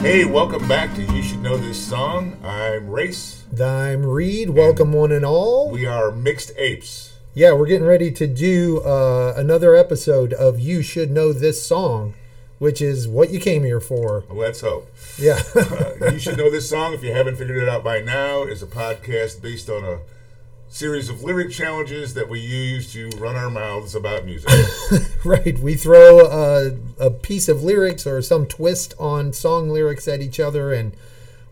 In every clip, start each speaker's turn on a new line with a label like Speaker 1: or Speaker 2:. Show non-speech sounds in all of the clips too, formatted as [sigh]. Speaker 1: Hey, welcome back to You Should Know This Song. I'm Race.
Speaker 2: I'm Reed. Welcome, one and all.
Speaker 1: We are Mixed Apes.
Speaker 2: yeah, we're getting ready to do uh, another episode of You Should Know This Song, which is what you came here for.
Speaker 1: Let's hope.
Speaker 2: Yeah. [laughs]
Speaker 1: Uh, you Should Know This Song, if you haven't figured it out by now, is a podcast based on a series of lyric challenges that we use to run our mouths about [laughs] music.
Speaker 2: right. We throw a, a piece of lyrics or some twist on song lyrics at each other and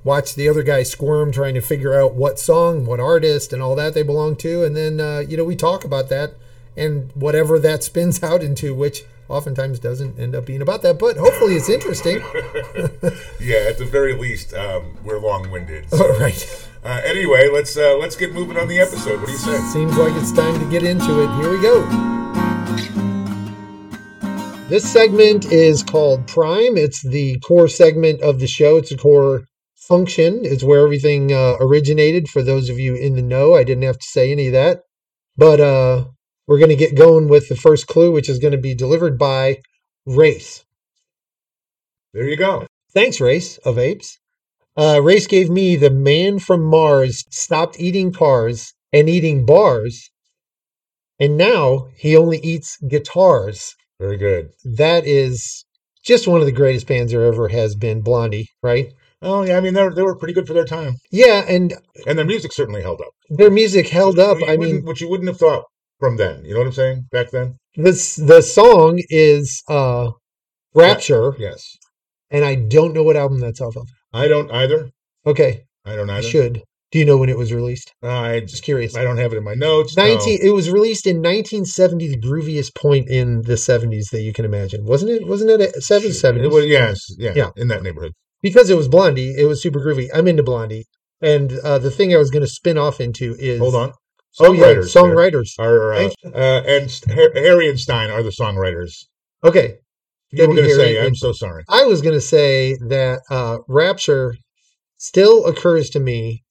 Speaker 2: watch the other guy squirm trying to figure out what song, what artist, and all that they belong to. And then, uh, you know, we talk about that and whatever that spins [laughs] out into, which oftentimes doesn't end up being about that, but hopefully it's interesting. [laughs]
Speaker 1: yeah, at the very least, um, we're long-winded. So,
Speaker 2: all right.
Speaker 1: uh, anyway, let's uh, let's get moving on the episode. What do you say?
Speaker 2: Seems like it's time to get into it. Here we go. This segment is called Prime. It's the core segment of the show. It's a core function. It's where everything uh, originated. For those of you in the know, I didn't have to say any of that. But uh, we're going to get going with the first clue, which is going to be delivered by Race.
Speaker 1: There you go.
Speaker 2: Thanks, Race of Apes. Uh, Race gave me the man from Mars stopped eating cars and eating bars, and now he only eats guitars.
Speaker 1: Very good.
Speaker 2: That is just one of the greatest bands there ever has been, Blondie, right?
Speaker 1: Oh yeah, I mean they were, they were pretty good for their time,
Speaker 2: Yeah, and
Speaker 1: and their music certainly held up.
Speaker 2: their music held up.
Speaker 1: What you
Speaker 2: I
Speaker 1: wouldn't-
Speaker 2: mean,
Speaker 1: what you wouldn't have thought from then. You know what I'm saying? Back then,
Speaker 2: this the song is uh, Rapture,
Speaker 1: yes.
Speaker 2: and I don't know what album that's off of.
Speaker 1: I don't either.
Speaker 2: Okay,
Speaker 1: I don't
Speaker 2: I
Speaker 1: either. Uh,
Speaker 2: should. Do you know when it was released?
Speaker 1: I
Speaker 2: Just
Speaker 1: just
Speaker 2: curious.
Speaker 1: I don't have it in my notes. no.
Speaker 2: 19 it was released in 1970 the grooviest point in the 70s that you can imagine wasn't it wasn't it a- seven-
Speaker 1: Shoot.
Speaker 2: 70s
Speaker 1: It was, yes, yeah,
Speaker 2: Yeah.
Speaker 1: in that neighborhood.
Speaker 2: because it was blondie it was super groovy i'm into blondie and uh, the thing i was going to spin off into is
Speaker 1: Hold on.
Speaker 2: oh yeah
Speaker 1: Songwriters there
Speaker 2: songwriters
Speaker 1: Are uh,
Speaker 2: Thank
Speaker 1: uh, and St- Har- Harry and Stein are the songwriters.
Speaker 2: okay
Speaker 1: You were
Speaker 2: Debbie
Speaker 1: going to say,
Speaker 2: Harry
Speaker 1: "I'm
Speaker 2: and-
Speaker 1: so sorry."
Speaker 2: i was going to say that uh, rapture still occurs to me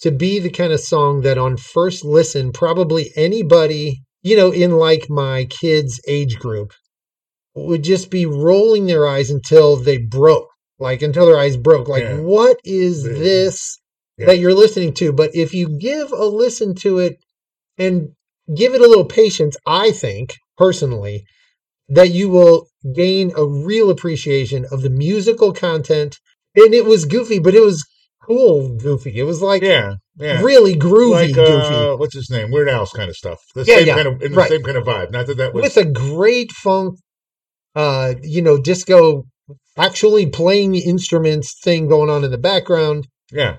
Speaker 2: to be the kind of song that on first listen probably anybody you know in like my kids age group would just be rolling their eyes until they broke like until their eyes broke like
Speaker 1: Yeah.
Speaker 2: what is
Speaker 1: Yeah.
Speaker 2: this
Speaker 1: Yeah.
Speaker 2: that you're listening to but if you give a listen to it and give it a little patience i think personally that you will gain a real appreciation of the musical content and it was goofy but it was cool goofy it was like
Speaker 1: Yeah, yeah.
Speaker 2: really groovy
Speaker 1: like
Speaker 2: goofy
Speaker 1: uh, what's his name? Weird Al's kind of stuff. The
Speaker 2: Yeah,
Speaker 1: same
Speaker 2: yeah,
Speaker 1: kind of in the
Speaker 2: right.
Speaker 1: same kind of vibe. Not that that was
Speaker 2: with a great funk uh you know disco actually playing the instruments thing going on in the background
Speaker 1: yeah.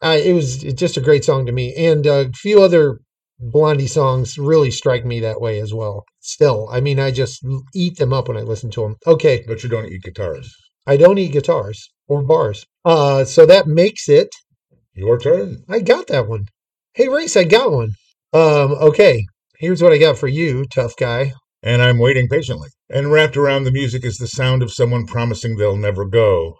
Speaker 2: uh, it was just a great song to me and uh, a few other blondie songs really strike me that way as well still i mean i just l- eat them up when i listen to them okay
Speaker 1: But you don't eat guitars.
Speaker 2: i don't eat guitars or bars uh so that makes it
Speaker 1: Your turn.
Speaker 2: I got that one. Hey, Race, I got one. Um, okay, here's what I got for you, tough guy.
Speaker 1: and I'm waiting patiently. And wrapped around the music is the sound of someone promising they'll never go.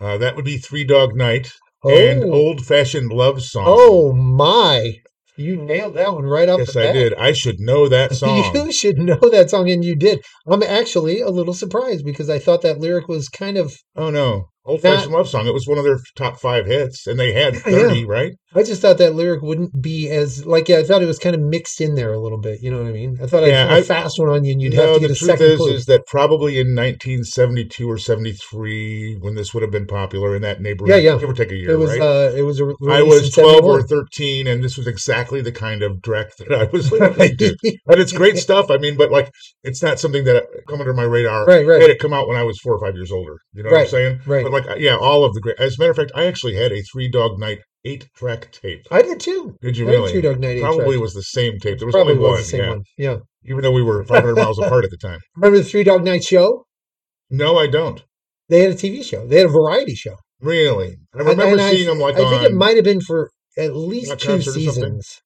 Speaker 1: Uh, that would be Three Dog Night and oh, Old Fashioned Love Song.
Speaker 2: oh my! You nailed that one right off
Speaker 1: yes,
Speaker 2: the
Speaker 1: I
Speaker 2: bat. [laughs]
Speaker 1: did. I should know that song.
Speaker 2: You should know that song, and you did. I'm actually a little surprised because I thought that lyric was kind of.
Speaker 1: oh no, Old
Speaker 2: That-
Speaker 1: Fashioned Love Song. It was one of their top five hits, and they had
Speaker 2: Yeah, yeah.
Speaker 1: thirty, right?
Speaker 2: I just thought that lyric wouldn't be as like. Yeah, I thought it was kind of mixed in there a little bit. You know what I mean? I thought
Speaker 1: Yeah,
Speaker 2: I'd throw
Speaker 1: I-
Speaker 2: a fast one on you, and you'd
Speaker 1: no,
Speaker 2: have to
Speaker 1: the
Speaker 2: get a
Speaker 1: truth
Speaker 2: second
Speaker 1: is,
Speaker 2: clue.
Speaker 1: is that probably in 1972 or 73, when this would have been popular in that neighborhood,
Speaker 2: yeah.
Speaker 1: give or take a year,
Speaker 2: it was.
Speaker 1: right?
Speaker 2: Uh, it was. A re-
Speaker 1: I
Speaker 2: release
Speaker 1: was
Speaker 2: in
Speaker 1: 12 or
Speaker 2: 71.
Speaker 1: 13, and this was exactly the kind of dreck that I
Speaker 2: [laughs]
Speaker 1: was [laughs] listening to. and it's great stuff. I mean, but like, it's not something that come under my radar.
Speaker 2: Right, right.
Speaker 1: I had it come out when I was four or five years older. You know what I'm
Speaker 2: Right,
Speaker 1: saying?
Speaker 2: right.
Speaker 1: But like, uh, yeah, all of the great. As a matter of fact, I actually had a Three Dog Night eight track tape.
Speaker 2: I did too.
Speaker 1: Did you
Speaker 2: I had
Speaker 1: really?
Speaker 2: Two Dog Night eight
Speaker 1: Probably
Speaker 2: track.
Speaker 1: was the same tape. There was
Speaker 2: probably
Speaker 1: only
Speaker 2: was
Speaker 1: one.
Speaker 2: the same
Speaker 1: yeah.
Speaker 2: one. Yeah.
Speaker 1: Even though we were 500 miles apart at the time.
Speaker 2: Remember the Three Dog Night show?
Speaker 1: No, I don't
Speaker 2: They had a TV show. They had a variety show.
Speaker 1: really. I
Speaker 2: And-
Speaker 1: remember
Speaker 2: and I-
Speaker 1: seeing them like
Speaker 2: I think it
Speaker 1: on-
Speaker 2: might have been for at
Speaker 1: Rock
Speaker 2: least two
Speaker 1: concert or something?
Speaker 2: seasons.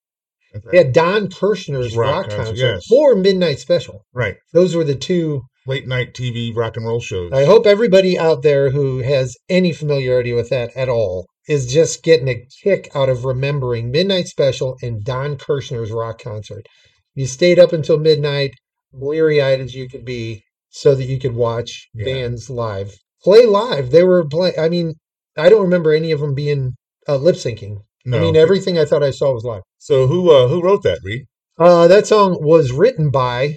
Speaker 2: They had Don Kirshner's
Speaker 1: Rock
Speaker 2: rock,
Speaker 1: concert,
Speaker 2: concert,
Speaker 1: yes.
Speaker 2: or Midnight Special.
Speaker 1: right
Speaker 2: Those were the two.
Speaker 1: late night TV rock and roll shows.
Speaker 2: I hope everybody out there who has any familiarity with that at all is just getting a kick out of remembering Midnight Special and Don Kirshner's rock concert. You stayed up until midnight, bleary eyed as you could be, so that you could watch
Speaker 1: Yeah.
Speaker 2: bands live. play live. They were play. I mean, I don't remember any of them being uh, lip syncing.
Speaker 1: No.
Speaker 2: I mean, everything I thought I saw was live.
Speaker 1: so who uh, who wrote that, Reed?
Speaker 2: Uh, that song was written by,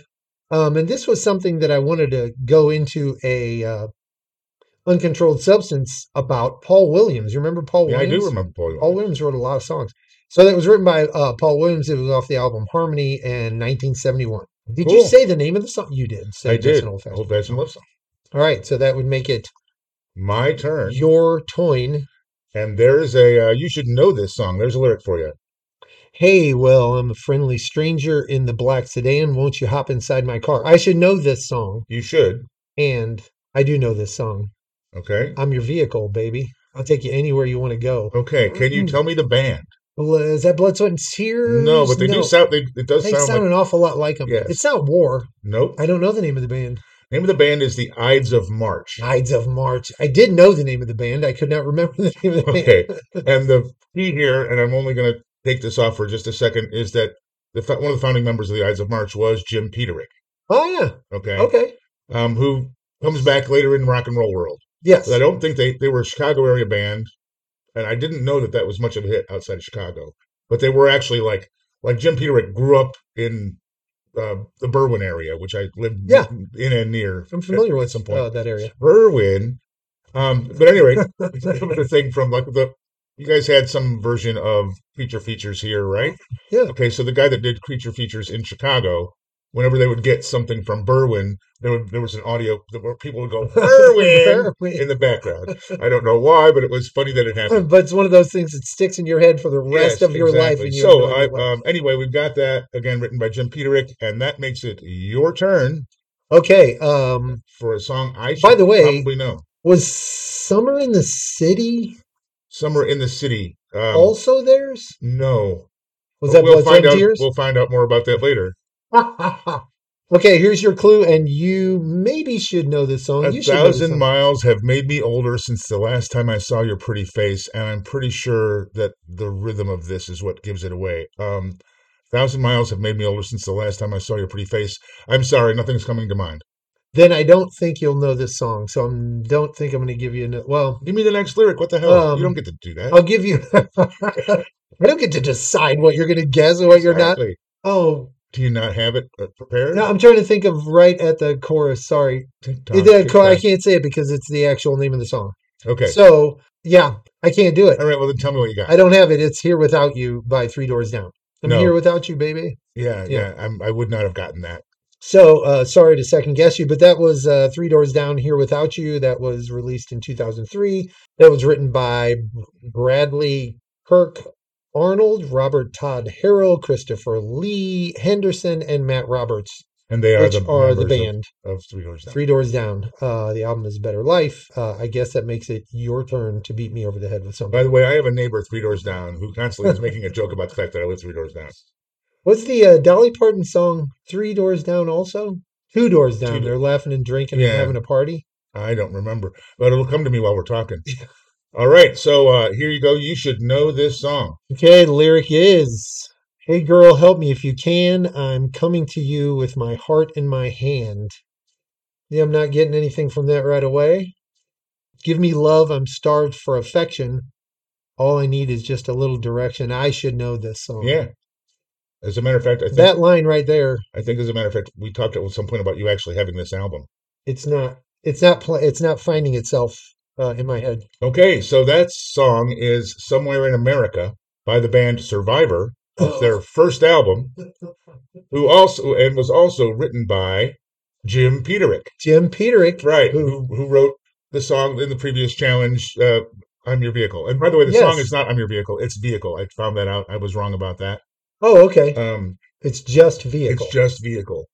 Speaker 2: um, and this was something that I wanted to go into a uh, uncontrolled substance about Paul Williams. You remember Paul
Speaker 1: Yeah, I
Speaker 2: Williams?
Speaker 1: do remember Paul. Young.
Speaker 2: Paul Williams wrote a lot of songs. So that was written by uh, Paul Williams. It was off the album Harmony in 1971. Did you
Speaker 1: Cool.
Speaker 2: say the name of the song? You did. So
Speaker 1: I
Speaker 2: just
Speaker 1: did.
Speaker 2: an
Speaker 1: Old
Speaker 2: old-fashioned.
Speaker 1: fashioned love song.
Speaker 2: All right. So that would make it
Speaker 1: My turn.
Speaker 2: Your Toyn.
Speaker 1: And there is a uh, you should know this song. There's a lyric for you.
Speaker 2: Hey, well, I'm a friendly stranger in the black sedan. Won't you hop inside my car? I should know this song.
Speaker 1: You should.
Speaker 2: And I do know this song.
Speaker 1: Okay.
Speaker 2: I'm your vehicle, baby. I'll take you anywhere you want to go.
Speaker 1: Okay. Can you tell me the band?
Speaker 2: Well, uh, Is that Blood, Sweat, and Tears?
Speaker 1: No, but they do sound. They, it does
Speaker 2: They
Speaker 1: sound,
Speaker 2: sound,
Speaker 1: like.
Speaker 2: an awful lot like them.
Speaker 1: Yes.
Speaker 2: It's not War.
Speaker 1: Nope.
Speaker 2: I don't know the name of the band.
Speaker 1: Name of the band is the Ides of March.
Speaker 2: Tides of March. I did know the name of the band. I could not remember [laughs] the name of the band.
Speaker 1: [laughs] Okay. and the key here, and I'm only going to take this off for just a second, is that the fa- one of the founding members of the Ides of March was Jim Peterick.
Speaker 2: Oh yeah.
Speaker 1: Okay.
Speaker 2: Okay.
Speaker 1: Um, who comes back later in rock and roll world.
Speaker 2: Yes.
Speaker 1: But I don't think they they were a Chicago area band, and I didn't know that that was much of a hit outside of Chicago. But they were actually like like Jim Peterick grew up in uh, the Berwyn area, which I lived
Speaker 2: Yeah.
Speaker 1: in and near.
Speaker 2: I'm familiar
Speaker 1: at
Speaker 2: with
Speaker 1: some point.
Speaker 2: uh, that area.
Speaker 1: Berwyn. Um, but anyway, it's a bit of a thing from like the you guys had some version of Creature Features here, right?
Speaker 2: Yeah.
Speaker 1: Okay, so the guy that did Creature Features in Chicago, whenever they would get something from Berwyn, there would there was an audio where people would go
Speaker 2: [laughs]
Speaker 1: Berwyn
Speaker 2: Berwyn. [laughs]
Speaker 1: in the background. I don't know why, but it was funny that it happened.
Speaker 2: but it's one of those things that sticks in your head for the
Speaker 1: Yes,
Speaker 2: rest of your life.
Speaker 1: exactly.
Speaker 2: And you have
Speaker 1: so,
Speaker 2: no idea
Speaker 1: I,
Speaker 2: what.
Speaker 1: um, anyway, we've got that again written by Jim Peterick, and that makes it your turn
Speaker 2: okay. Um,
Speaker 1: for a song I should
Speaker 2: By the way-
Speaker 1: probably know.
Speaker 2: was Summer in the City
Speaker 1: Summer in the City. Um,
Speaker 2: also theirs?
Speaker 1: no, But
Speaker 2: Was that Blood, Sweat,
Speaker 1: find
Speaker 2: and
Speaker 1: out,
Speaker 2: Tears?
Speaker 1: We'll find out more about that later.
Speaker 2: [laughs] okay, here's your clue, and you maybe should know this song.
Speaker 1: a
Speaker 2: you should know this
Speaker 1: thousand
Speaker 2: song.
Speaker 1: miles have made me older since the last time I saw your pretty face, and I'm pretty sure that the rhythm of this is what gives it away. Um, thousand miles have made me older since the last time I saw your pretty face. I'm sorry, nothing's coming to mind.
Speaker 2: Then I don't think you'll know this song, so I don't think I'm going to give you. No- well,
Speaker 1: Give me the next lyric. What the hell? you don't
Speaker 2: Um,
Speaker 1: get to do that.
Speaker 2: I'll give you. [laughs] I don't get to decide what you're going to guess and what you're not.
Speaker 1: Exactly.
Speaker 2: Oh,
Speaker 1: Do you not have it uh, prepared?
Speaker 2: no, I'm trying to think of right at the chorus. Sorry,
Speaker 1: Tick-tock,
Speaker 2: It- that co- I
Speaker 1: tick-tock.
Speaker 2: can't say it because it's the actual name of the song.
Speaker 1: Okay.
Speaker 2: So yeah, I can't do it.
Speaker 1: All right. Well, then tell me what you got.
Speaker 2: I don't have it. It's "Here Without You" by Three Doors Down. I'm
Speaker 1: No.
Speaker 2: here without you, baby.
Speaker 1: yeah, yeah.
Speaker 2: yeah.
Speaker 1: I'm, I would not have gotten that.
Speaker 2: So uh, sorry to second guess you, but that was uh, Three Doors Down Here Without You. That was released in 2003. That was written by B- Bradley Kirk Arnold, Robert Todd Harrell, Christopher Lee Henderson, and Matt Roberts,
Speaker 1: And they are
Speaker 2: which
Speaker 1: the
Speaker 2: are the
Speaker 1: members of-
Speaker 2: band.
Speaker 1: of, Three Doors Down.
Speaker 2: Three Doors Down. Uh, the album is Better Life. Uh, I guess that makes it your turn to beat me over the head with something.
Speaker 1: By the way, I have a neighbor three doors down who constantly is making a joke about the fact that I live three doors down.
Speaker 2: What's the uh, Dolly Parton song? Three Doors Down. Also, Two Doors Down.
Speaker 1: Two Do-
Speaker 2: They're laughing and drinking
Speaker 1: Yeah.
Speaker 2: and having a party.
Speaker 1: I don't remember, but it'll come to me while we're talking. All right, so uh, here you go. You should know this song.
Speaker 2: Okay, the lyric is Hey girl, help me if you can. I'm coming to you with my heart in my hand. Yeah, I'm not getting anything from that right away. Give me love. I'm starved for affection. All I need is just a little direction. I should know this song.
Speaker 1: Yeah. As a matter of fact, I think
Speaker 2: Oh. That line right there,
Speaker 1: I think as a matter of fact, we talked at some point about you actually having this album.
Speaker 2: it's not it's not pl- it's not finding itself uh, in my head.
Speaker 1: Okay, so that song is "Somewhere in America" by the band Survivor. It's their first album, who also and was also written by Jim Peterick.
Speaker 2: [gasps] Jim Peterick.
Speaker 1: right who
Speaker 2: who-
Speaker 1: who wrote the song in the previous challenge uh i'm your vehicle and by the way the song
Speaker 2: Yes.
Speaker 1: is not i'm your vehicle it's vehicle i found that out i was wrong about that
Speaker 2: Oh, okay.
Speaker 1: um
Speaker 2: It's just vehicle.
Speaker 1: it's just vehicle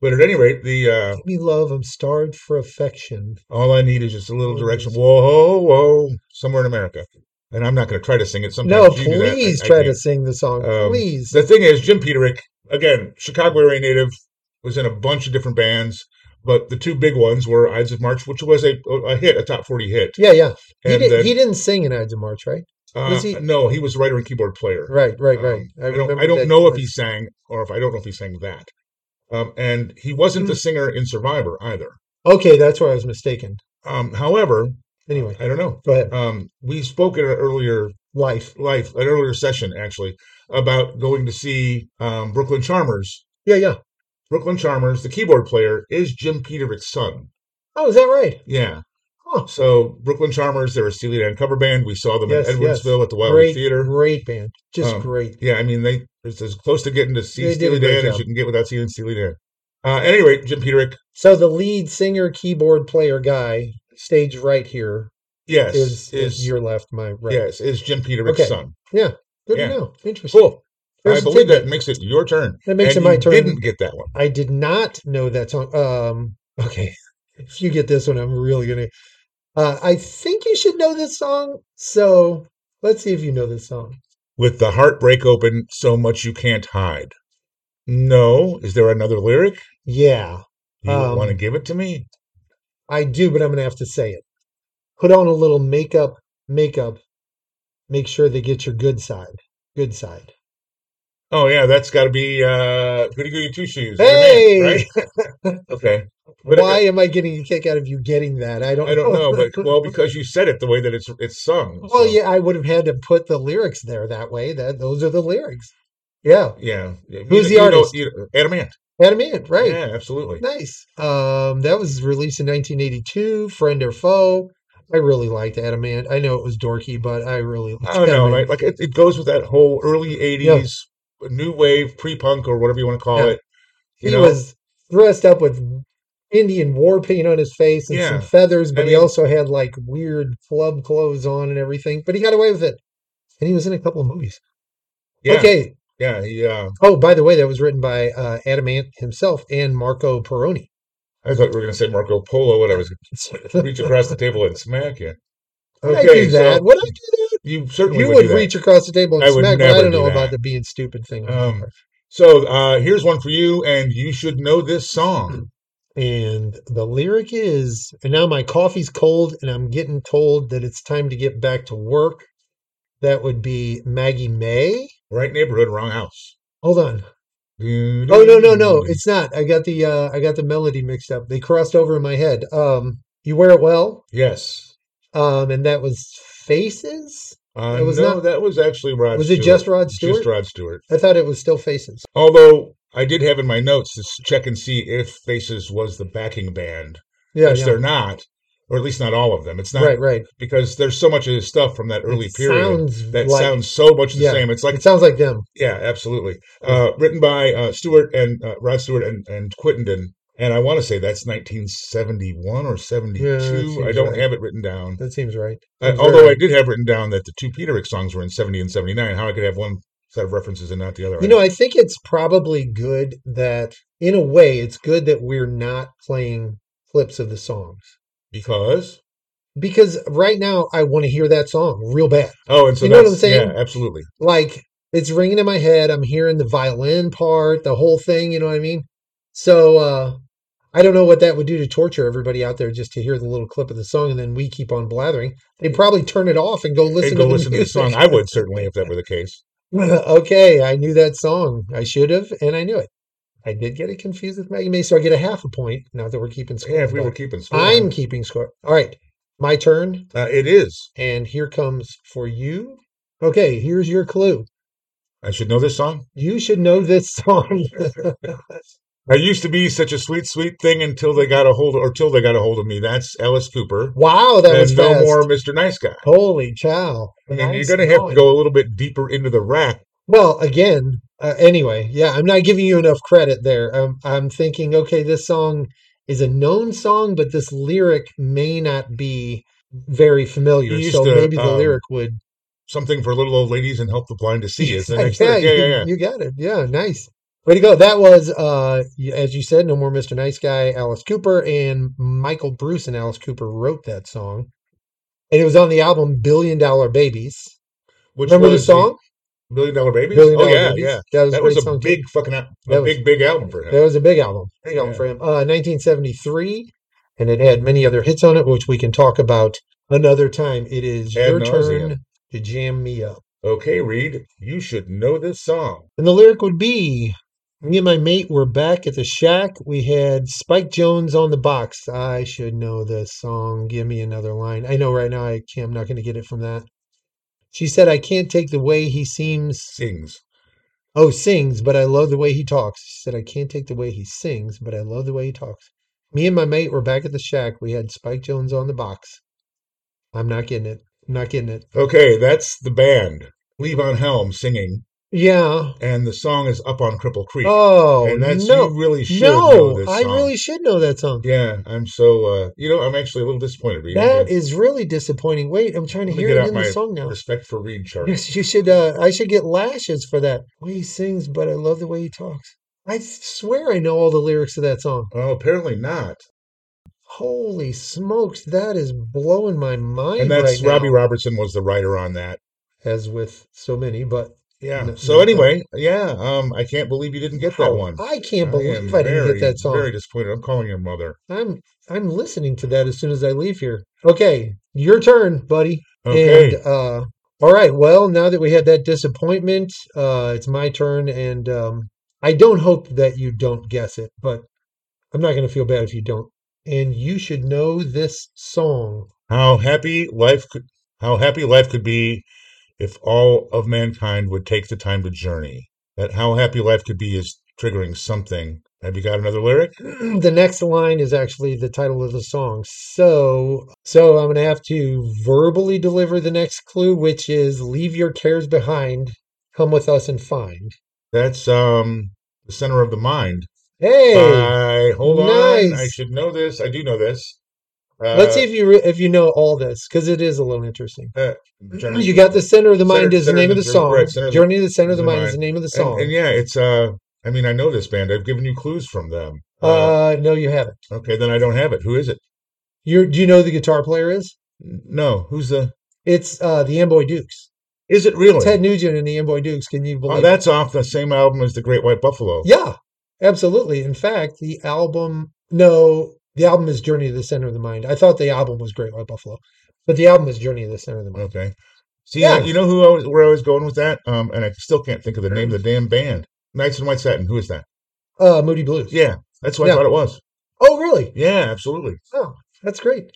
Speaker 1: but at any rate the uh
Speaker 2: Give me love. I'm starved for affection.
Speaker 1: all i need is just a little
Speaker 2: Oh,
Speaker 1: direction
Speaker 2: yes.
Speaker 1: whoa whoa somewhere in america and i'm not going to try to sing it
Speaker 2: No,
Speaker 1: sometimes you do that. I-
Speaker 2: please
Speaker 1: I
Speaker 2: try to
Speaker 1: can't.
Speaker 2: sing the song.
Speaker 1: Um,
Speaker 2: please.
Speaker 1: the thing is jim peterick again chicago area native was in a bunch of different bands but the two big ones were Ides of March, which was a, a hit, a top 40 hit.
Speaker 2: yeah, yeah. He,
Speaker 1: And
Speaker 2: did,
Speaker 1: then-
Speaker 2: he didn't sing in Ides of March, right?
Speaker 1: Uh,
Speaker 2: Was he-
Speaker 1: No, he was writer and keyboard player.
Speaker 2: Right, right, right.
Speaker 1: Um, I, don't.
Speaker 2: remember
Speaker 1: I don't
Speaker 2: that
Speaker 1: know if
Speaker 2: was-
Speaker 1: he sang or if I don't know if he sang that.
Speaker 2: Mm-hmm.
Speaker 1: Um, and he wasn't the singer in Survivor either.
Speaker 2: Okay, that's where I was mistaken.
Speaker 1: Um, however,
Speaker 2: Anyway,
Speaker 1: I don't know.
Speaker 2: go ahead.
Speaker 1: Um, we spoke in an earlier
Speaker 2: Life.
Speaker 1: life, an earlier session actually, about going to see um, Brooklyn Charmers.
Speaker 2: Yeah, yeah.
Speaker 1: Brooklyn Charmers, the keyboard player, is Jim Peterick's son.
Speaker 2: Oh, is that right?
Speaker 1: Yeah.
Speaker 2: Huh.
Speaker 1: So Brooklyn Charmers, they're a Steely Dan cover band. We saw them
Speaker 2: Yes,
Speaker 1: in
Speaker 2: yes.
Speaker 1: Edwardsville at the Wildwood
Speaker 2: great,
Speaker 1: Theater.
Speaker 2: great band. Just
Speaker 1: Um,
Speaker 2: great.
Speaker 1: Yeah, I mean they it's as close to getting to see
Speaker 2: They did a
Speaker 1: Steely
Speaker 2: great
Speaker 1: Dan as
Speaker 2: job.
Speaker 1: you can get without seeing Steely Dan. Uh, at any rate, Jim Peterick,
Speaker 2: So the lead singer, keyboard player guy, stage right here
Speaker 1: yes,
Speaker 2: is,
Speaker 1: is,
Speaker 2: is, your left, my right.
Speaker 1: yes is Jim Peterick's
Speaker 2: Okay.
Speaker 1: son.
Speaker 2: Good
Speaker 1: yeah.
Speaker 2: to know. Interesting.
Speaker 1: Cool.
Speaker 2: There's
Speaker 1: I
Speaker 2: a
Speaker 1: believe that
Speaker 2: tidbit.
Speaker 1: makes it your turn.
Speaker 2: That makes
Speaker 1: And
Speaker 2: it my
Speaker 1: you
Speaker 2: turn.
Speaker 1: Didn't get that one.
Speaker 2: I did not know that song. Um, okay, [laughs] if you get this one, I'm really gonna. Uh, I think you should know this song. So let's see if you know this song.
Speaker 1: With the heartbreak open, so much you can't hide. No, is there another lyric?
Speaker 2: Yeah,
Speaker 1: You
Speaker 2: Um,
Speaker 1: want to give it to me?
Speaker 2: I do, but I'm gonna have to say it. Put on a little makeup, makeup. Make sure they get your good side. Good side.
Speaker 1: Oh yeah, that's got to be uh, Goody Goody Two Shoes. Amen,
Speaker 2: Hey,
Speaker 1: right?
Speaker 2: [laughs]
Speaker 1: Okay. But it-
Speaker 2: why am I getting a kick out of you getting that? I don't.
Speaker 1: I don't know, but well, because you said it the way that it's it's sung.
Speaker 2: [laughs] well,
Speaker 1: so-
Speaker 2: yeah, I would have had to put the lyrics there that way. That those are the lyrics. Yeah,
Speaker 1: yeah. yeah. You-
Speaker 2: Who's the
Speaker 1: you know-
Speaker 2: artist?
Speaker 1: you- Adam Ant.
Speaker 2: Adam Ant, right?
Speaker 1: Yeah, absolutely.
Speaker 2: Nice. Um, that was released in 1982. Friend or foe. I really liked Adamant. I know it was dorky, but I really liked
Speaker 1: I don't know,
Speaker 2: Adamant.
Speaker 1: right? Like it, it goes with that whole early '80s new wave, pre-punk, or whatever you want to call
Speaker 2: Yeah.
Speaker 1: it.
Speaker 2: He
Speaker 1: You know,
Speaker 2: was dressed up with Indian war paint on his face and some
Speaker 1: Yeah.
Speaker 2: feathers, but he
Speaker 1: mean-
Speaker 2: also had like weird club clothes on and everything. But he got away with it, and he was in a couple of movies.
Speaker 1: yeah,
Speaker 2: Okay.
Speaker 1: yeah, he, uh,
Speaker 2: Oh, by the way, that was written by uh, Adamant himself and Marco Peroni. [laughs]
Speaker 1: I thought we were going to say Marco Polo, and I was going to reach across the table and smack you.
Speaker 2: Would I
Speaker 1: Okay,
Speaker 2: do that?
Speaker 1: so-
Speaker 2: Would I do that?
Speaker 1: You certainly
Speaker 2: You
Speaker 1: would,
Speaker 2: would
Speaker 1: do that.
Speaker 2: reach across the table and
Speaker 1: I would
Speaker 2: smack, but I
Speaker 1: never
Speaker 2: don't
Speaker 1: do
Speaker 2: know
Speaker 1: that.
Speaker 2: about the being stupid thing. on my
Speaker 1: Um,
Speaker 2: part.
Speaker 1: So uh, here's one for you, and you should know this song.
Speaker 2: And the lyric is, and now my coffee's cold, and I'm getting told that it's time to get back to work. That would be Maggie May.
Speaker 1: Right neighborhood, wrong house.
Speaker 2: Hold on.
Speaker 1: Oh
Speaker 2: Oh no, no, no, it's not. I got the uh I got the melody mixed up. They crossed over in my head. Um, you wear it well.
Speaker 1: yes.
Speaker 2: Um, and that was Faces.
Speaker 1: Uh,
Speaker 2: It was
Speaker 1: no,
Speaker 2: not-
Speaker 1: that was actually Rod.
Speaker 2: Was it
Speaker 1: Stewart.
Speaker 2: just Rod Stewart?
Speaker 1: Just Rod Stewart.
Speaker 2: I thought it was still Faces.
Speaker 1: Although I did have in my notes to s- check and see if Faces was the backing band,
Speaker 2: Yeah,
Speaker 1: which
Speaker 2: yeah.
Speaker 1: they're not, or at least not all of them. It's not
Speaker 2: right, right.
Speaker 1: because there's so much of his stuff from that early
Speaker 2: It
Speaker 1: period
Speaker 2: sounds
Speaker 1: that
Speaker 2: like-
Speaker 1: sounds so much the
Speaker 2: yeah.
Speaker 1: same. It's like
Speaker 2: It sounds like them.
Speaker 1: Yeah, absolutely. Uh, written by uh, Stewart and uh, Rod Stewart and, and Quittenden. And I want to say that's 1971 or 72. I
Speaker 2: seems
Speaker 1: don't
Speaker 2: right.
Speaker 1: have it written down.
Speaker 2: That seems right.
Speaker 1: Uh,
Speaker 2: Sounds very
Speaker 1: although I
Speaker 2: right.
Speaker 1: did have written down that the two Peterick songs were in 70 and 79. How I could have one set of references and not the other.
Speaker 2: You know, I think it's probably good that, in a way, it's good that we're not playing clips of the songs
Speaker 1: because.
Speaker 2: because right now I want to hear that song real bad.
Speaker 1: Oh, and so
Speaker 2: You know what
Speaker 1: that's,
Speaker 2: I'm saying?
Speaker 1: Yeah, absolutely.
Speaker 2: Like it's ringing in my head. I'm hearing the violin part, the whole thing. You know what I mean? So uh, I don't know what that would do to torture everybody out there just to hear the little clip of the song and then we keep on blathering. They probably turn it off and go listen,
Speaker 1: and
Speaker 2: to,
Speaker 1: go
Speaker 2: the
Speaker 1: listen to the
Speaker 2: music.
Speaker 1: song. I would certainly if that were the case.
Speaker 2: [laughs] okay, I knew that song. I should have, and I knew it. I did get it confused with Maggie May, so I get a half a point. Now that we're keeping score,
Speaker 1: Yeah, if we were
Speaker 2: but
Speaker 1: keeping score.
Speaker 2: I'm keeping score. All right, my turn,
Speaker 1: Uh, it is.
Speaker 2: and here comes for you. Okay, here's your clue.
Speaker 1: I should know this song.
Speaker 2: You should know this
Speaker 1: [laughs]
Speaker 2: [laughs] song.
Speaker 1: I used to be such a sweet, sweet thing until they got a hold, or till they got a hold of me. That's Alice Cooper.
Speaker 2: wow, that
Speaker 1: and
Speaker 2: was
Speaker 1: no
Speaker 2: fast.
Speaker 1: more Mr. Nice Guy.
Speaker 2: Holy chow!
Speaker 1: I mean,
Speaker 2: Nice
Speaker 1: you're going to have to
Speaker 2: going.
Speaker 1: go a little bit deeper into the rack.
Speaker 2: Well, again, uh, anyway, yeah, I'm not giving you enough credit there. Um, I'm thinking, okay, this song is a known song, but this lyric may not be very familiar.
Speaker 1: used
Speaker 2: So
Speaker 1: to,
Speaker 2: maybe the
Speaker 1: um,
Speaker 2: lyric would.
Speaker 1: Something for little old ladies and help the blind to see
Speaker 2: [laughs]
Speaker 1: is the next
Speaker 2: yeah,
Speaker 1: lyric.
Speaker 2: you,
Speaker 1: Yeah, yeah, yeah.
Speaker 2: you got it. Yeah, nice. Way to go. That was, uh, y- as you said, No More Mr. Nice Guy, Alice Cooper, and Michael Bruce and Alice Cooper wrote that song. And it was on the album Billion Dollar Babies.
Speaker 1: Which
Speaker 2: Remember the
Speaker 1: was
Speaker 2: song?
Speaker 1: Billion Dollar Babies?
Speaker 2: Billion
Speaker 1: oh,
Speaker 2: Dollar
Speaker 1: yeah,
Speaker 2: Babies.
Speaker 1: yeah.
Speaker 2: That was,
Speaker 1: That
Speaker 2: great
Speaker 1: was a
Speaker 2: song too.
Speaker 1: big fucking, al-
Speaker 2: That
Speaker 1: a
Speaker 2: was-
Speaker 1: big, big album for him.
Speaker 2: That was a big album. Big album
Speaker 1: Yeah.
Speaker 2: for him. Uh, 1973, and it had many other hits on it, which we can talk about another time. It is
Speaker 1: Ad
Speaker 2: your
Speaker 1: nauseam.
Speaker 2: turn to jam me up.
Speaker 1: okay, Reed, you should know this song.
Speaker 2: And the lyric would be Me and my mate were back at the shack. We had Spike Jones on the box. I should know the song. Give me another line. I know right now I can't, I'm not going to get it from that. She said, I can't take the way he seems.
Speaker 1: Sings.
Speaker 2: Oh, sings, but I love the way he talks. She said, I can't take the way he sings, but I love the way he talks. Me and my mate were back at the shack. We had Spike Jones on the box. I'm not getting it. I'm not getting it.
Speaker 1: Okay, that's the band. Levon Helm singing,
Speaker 2: Yeah.
Speaker 1: and the song is Up on Cripple Creek.
Speaker 2: Oh,
Speaker 1: and that's you
Speaker 2: no.
Speaker 1: really should know
Speaker 2: No,
Speaker 1: this
Speaker 2: I
Speaker 1: song.
Speaker 2: really should know that song.
Speaker 1: Yeah, I'm so uh you know, I'm actually a little disappointed. We didn't
Speaker 2: That
Speaker 1: get
Speaker 2: is really disappointing. Wait, I'm trying to
Speaker 1: Let me
Speaker 2: hear
Speaker 1: get
Speaker 2: it
Speaker 1: out
Speaker 2: in the
Speaker 1: my
Speaker 2: song now. [laughs]
Speaker 1: respect for Reed chart.
Speaker 2: Yes, you should. Uh, I should get lashes for that. The way he sings, but I love the way he talks. I swear I know all the lyrics of that song.
Speaker 1: Oh, apparently not.
Speaker 2: Holy smokes, that is blowing my mind.
Speaker 1: And that's
Speaker 2: right
Speaker 1: Robbie
Speaker 2: now,
Speaker 1: Robertson was the writer on that.
Speaker 2: as with so many, but
Speaker 1: Yeah.
Speaker 2: No-
Speaker 1: so
Speaker 2: not that.
Speaker 1: anyway, yeah, um I can't believe you didn't get that
Speaker 2: Wow,
Speaker 1: one.
Speaker 2: I can't believe
Speaker 1: am
Speaker 2: I, didn't
Speaker 1: very,
Speaker 2: get that song.
Speaker 1: Very disappointed. I'm calling your mother.
Speaker 2: I'm I'm listening to that as soon as I leave here. Okay, your turn, buddy.
Speaker 1: Okay.
Speaker 2: And uh, all right. Well, now that we had that disappointment, uh, it's my turn, and um, I don't hope that you don't guess it, but I'm not going to feel bad if you don't. And you should know this song.
Speaker 1: how happy life could how happy life could be if all of mankind would take the time to journey. That how happy life could be is triggering something. Have you got another lyric?
Speaker 2: [clears throat] the next line is actually the title of the song. So, so I'm going to have to verbally deliver the next clue, which is "Leave your cares behind, come with us and find."
Speaker 1: That's um the center of the mind.
Speaker 2: Hey.
Speaker 1: By- hold on, I
Speaker 2: Nice.
Speaker 1: should know this. I do know this. Uh,
Speaker 2: Let's see if you re- if you know all this because it is a little interesting.
Speaker 1: Journey-
Speaker 2: You got the center of the mind
Speaker 1: Center-
Speaker 2: is the
Speaker 1: Center
Speaker 2: name
Speaker 1: of
Speaker 2: of the
Speaker 1: the-
Speaker 2: song.
Speaker 1: right, Center of the-
Speaker 2: Journey to the center of the mind is the name of
Speaker 1: and,
Speaker 2: the song.
Speaker 1: and yeah, it's uh. I mean, I know this band. I've given you clues from them.
Speaker 2: uh, no, you haven't.
Speaker 1: okay, then I don't have it. Who is it?
Speaker 2: You do you know who the guitar player is?
Speaker 1: N- No, who's the?
Speaker 2: It's uh, the Amboy Dukes.
Speaker 1: Is it really?
Speaker 2: Ted Nugent and the Amboy Dukes. Can you believe?
Speaker 1: Oh, that's off the same album as the Great White Buffalo.
Speaker 2: it? Yeah, absolutely. In fact, the album. No, the album is Journey to the Center of the Mind. I thought the album was Great White Buffalo, but the album is Journey to the Center of the Mind.
Speaker 1: Okay. See,
Speaker 2: Yeah.
Speaker 1: you know who I was, where I was going with that, um, and I still can't think of the name of the damn band. Knights in White Satin. Who is that?
Speaker 2: Uh, Moody Blues.
Speaker 1: Yeah, that's what
Speaker 2: Yeah.
Speaker 1: I thought it was.
Speaker 2: Oh, really?
Speaker 1: Yeah, absolutely.
Speaker 2: Oh, that's great.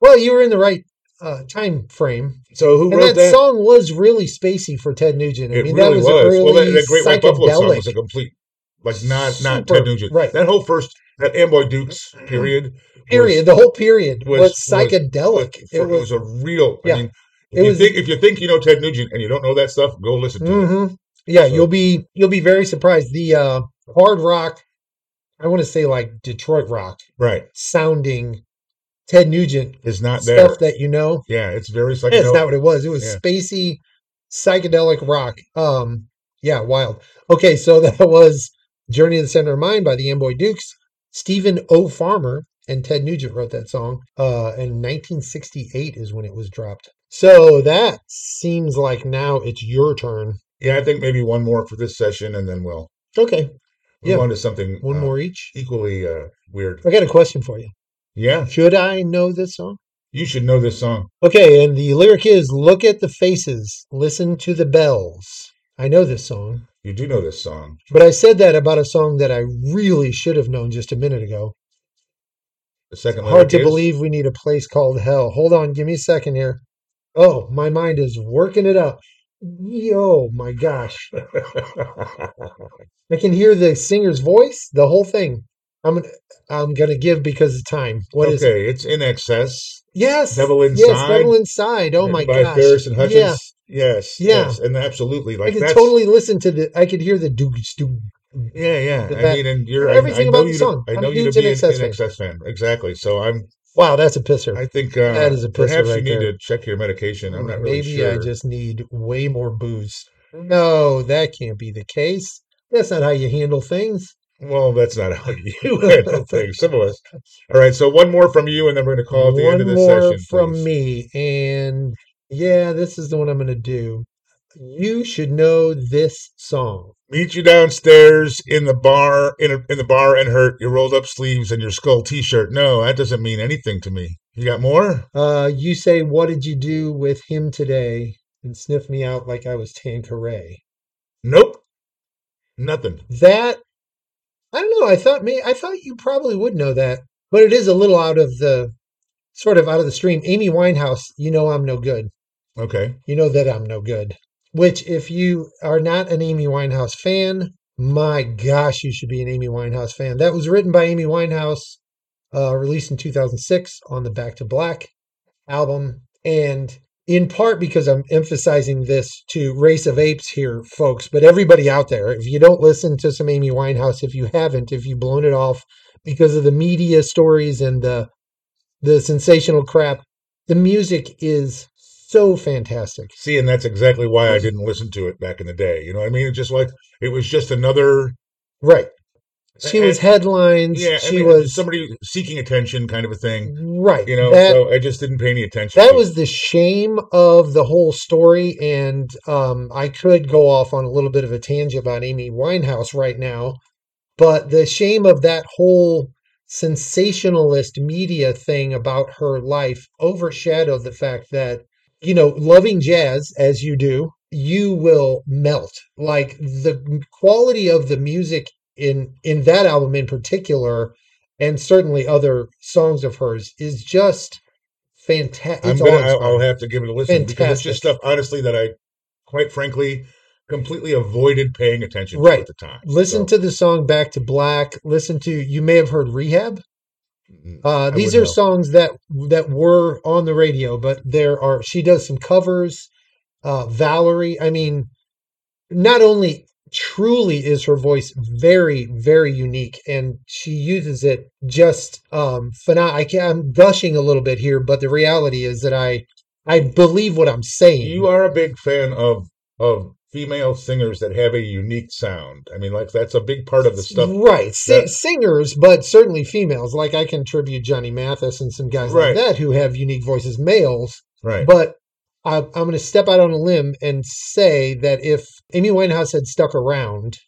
Speaker 2: Well, you were in the right uh, time frame.
Speaker 1: So who
Speaker 2: And
Speaker 1: wrote
Speaker 2: that,
Speaker 1: that?
Speaker 2: song was really spacey for Ted Nugent. I
Speaker 1: it
Speaker 2: mean,
Speaker 1: really
Speaker 2: that was,
Speaker 1: was.
Speaker 2: an early
Speaker 1: well, that, that Great White Buffalo song
Speaker 2: psychedelic.
Speaker 1: was a complete, like not not Ted
Speaker 2: Super,
Speaker 1: Nugent.
Speaker 2: right. Mm-hmm.
Speaker 1: That whole first that Amboy Dukes period.
Speaker 2: period. the whole period
Speaker 1: was-
Speaker 2: was,
Speaker 1: was- Was,
Speaker 2: psychedelic.
Speaker 1: it, was, a real. I
Speaker 2: yeah.
Speaker 1: mean, if
Speaker 2: It
Speaker 1: you
Speaker 2: was-
Speaker 1: think if you think you know Ted Nugent and you don't know that stuff, go listen to it.
Speaker 2: mhm. yeah.
Speaker 1: So-
Speaker 2: You'll be you'll be very surprised. The uh, hard rock, I want to say like Detroit rock
Speaker 1: Right,
Speaker 2: sounding Ted Nugent
Speaker 1: it's not there.
Speaker 2: stuff that you know.
Speaker 1: yeah, it's very
Speaker 2: Yeah, it's
Speaker 1: psychedelic.
Speaker 2: not what it was. It was
Speaker 1: Yeah.
Speaker 2: spacey psychedelic rock. Um, yeah, wild. Okay, so [laughs] that was Journey to the Center of Mind by the Amboy Dukes. Stephen O. Farmer and Ted Nugent wrote that song. Uh, in 1968 is when it was dropped. So that seems like now it's your turn.
Speaker 1: Yeah, I think maybe one more for this session, and then we'll
Speaker 2: Okay,
Speaker 1: move
Speaker 2: Yeah.
Speaker 1: on to something
Speaker 2: one
Speaker 1: uh,
Speaker 2: more each.
Speaker 1: equally uh, weird.
Speaker 2: I got a question for you.
Speaker 1: Yeah,
Speaker 2: Should I know this song?
Speaker 1: you should know this song.
Speaker 2: Okay, and the lyric is Look at the faces, listen to the bells. I know this song.
Speaker 1: You do know this song.
Speaker 2: But I said that about a song that I really should have known just a minute ago.
Speaker 1: The second
Speaker 2: Hard
Speaker 1: lyric
Speaker 2: to
Speaker 1: is- [laughs]
Speaker 2: believe we need a place called hell. Hold on, give me a second here. Oh, my mind is working it up. Yo, my gosh. I can hear the singer's voice, the whole thing. I'm gonna, I'm gonna give because of time. What is it?
Speaker 1: okay, it's in excess.
Speaker 2: Yes.
Speaker 1: Devil
Speaker 2: Yes,
Speaker 1: Inside,
Speaker 2: Devil Inside. Oh my
Speaker 1: by
Speaker 2: gosh.
Speaker 1: Ferris and Hutchins.
Speaker 2: Yeah,
Speaker 1: Yes.
Speaker 2: Yeah.
Speaker 1: Yes, and absolutely like
Speaker 2: I could
Speaker 1: that's
Speaker 2: totally listen to the I could hear the doo doo.
Speaker 1: Yeah, yeah.
Speaker 2: the
Speaker 1: I
Speaker 2: back-
Speaker 1: mean, and you're I- I,
Speaker 2: everything
Speaker 1: know
Speaker 2: about the
Speaker 1: you to-
Speaker 2: song.
Speaker 1: I
Speaker 2: I'm
Speaker 1: know you
Speaker 2: huge
Speaker 1: to be an
Speaker 2: NXS
Speaker 1: in
Speaker 2: fan.
Speaker 1: excess fan. Exactly. So I'm.
Speaker 2: Wow, that's a pisser.
Speaker 1: I think uh,
Speaker 2: That is a pisser
Speaker 1: perhaps you
Speaker 2: right
Speaker 1: need
Speaker 2: there.
Speaker 1: to check your medication. I'm not really
Speaker 2: Maybe
Speaker 1: sure.
Speaker 2: I just need way more booze. No, that can't be the case. That's not how you handle things.
Speaker 1: Well, that's not how [laughs] you
Speaker 2: [laughs]
Speaker 1: handle things. Some of us. All right. So one more from you, and then we're going to call it the
Speaker 2: one
Speaker 1: end of the
Speaker 2: more
Speaker 1: session.
Speaker 2: from
Speaker 1: please.
Speaker 2: me, and yeah, this is the one I'm going to do. You should know this song.
Speaker 1: Meet you downstairs in the bar, in, a, in the bar, and hurt your rolled up sleeves and your skull T-shirt. No, that doesn't mean anything to me. You got more?
Speaker 2: Uh, you say, "What did you do with him today?" and sniff me out like I was Tanqueray.
Speaker 1: Nope. Nothing.
Speaker 2: That I don't know. I thought may I thought you probably would know that, but it is a little out of the sort of out of the stream. Amy Winehouse, you know I'm no good.
Speaker 1: Okay.
Speaker 2: You know that I'm no good. Which, if you are not an Amy Winehouse fan, my gosh, you should be an Amy Winehouse fan. That was written by Amy Winehouse, uh, released in 2006 on the Back to Black album, and in part because I'm emphasizing this to Race of Apes here, folks, but everybody out there, if you don't listen to some Amy Winehouse, if you haven't, if you've blown it off because of the media stories and the the sensational crap, the music is so fantastic.
Speaker 1: See, and that's exactly why I didn't listen to it back in the day. You know what I mean? It's just like it was just another
Speaker 2: Right. She was headlines.
Speaker 1: yeah, I
Speaker 2: she
Speaker 1: mean,
Speaker 2: was
Speaker 1: somebody seeking attention kind of a thing.
Speaker 2: right.
Speaker 1: You know,
Speaker 2: that,
Speaker 1: so I just didn't pay any attention.
Speaker 2: that
Speaker 1: to it.
Speaker 2: was the shame of the whole story and um, i could go off on a little bit of a tangent about amy winehouse right now but the shame of that whole sensationalist media thing about her life overshadowed the fact that you know loving jazz as you do you will melt like the quality of the music in in that album in particular and certainly other songs of hers is just fantastic
Speaker 1: I'm
Speaker 2: it's
Speaker 1: gonna. I'll,
Speaker 2: awe-inspiring.
Speaker 1: I'll have to give it a listen because it's just stuff, honestly, that I, quite frankly, completely avoided paying attention
Speaker 2: Right.
Speaker 1: to at the time.
Speaker 2: listen
Speaker 1: So,
Speaker 2: to the song back to black listen to you may have heard rehab
Speaker 1: mm,
Speaker 2: Uh,
Speaker 1: I
Speaker 2: these
Speaker 1: wouldn't know.
Speaker 2: are songs that that were on the radio, but there are she does some covers. Uh, Valerie, I mean, not only truly is her voice very very unique, and she uses it just um, phenomenal. I can, I'm gushing a little bit here, but the reality is that I I believe what I'm saying.
Speaker 1: You are a big fan of of female singers that have a unique sound. I mean, like that's a big part of the stuff.
Speaker 2: right si-
Speaker 1: that-
Speaker 2: singers but certainly females like i can tribute johnny mathis and some guys
Speaker 1: Right.
Speaker 2: like that who have unique voices males
Speaker 1: Right.
Speaker 2: But I, I'm going to step out on a limb and say that if Amy Winehouse had stuck around,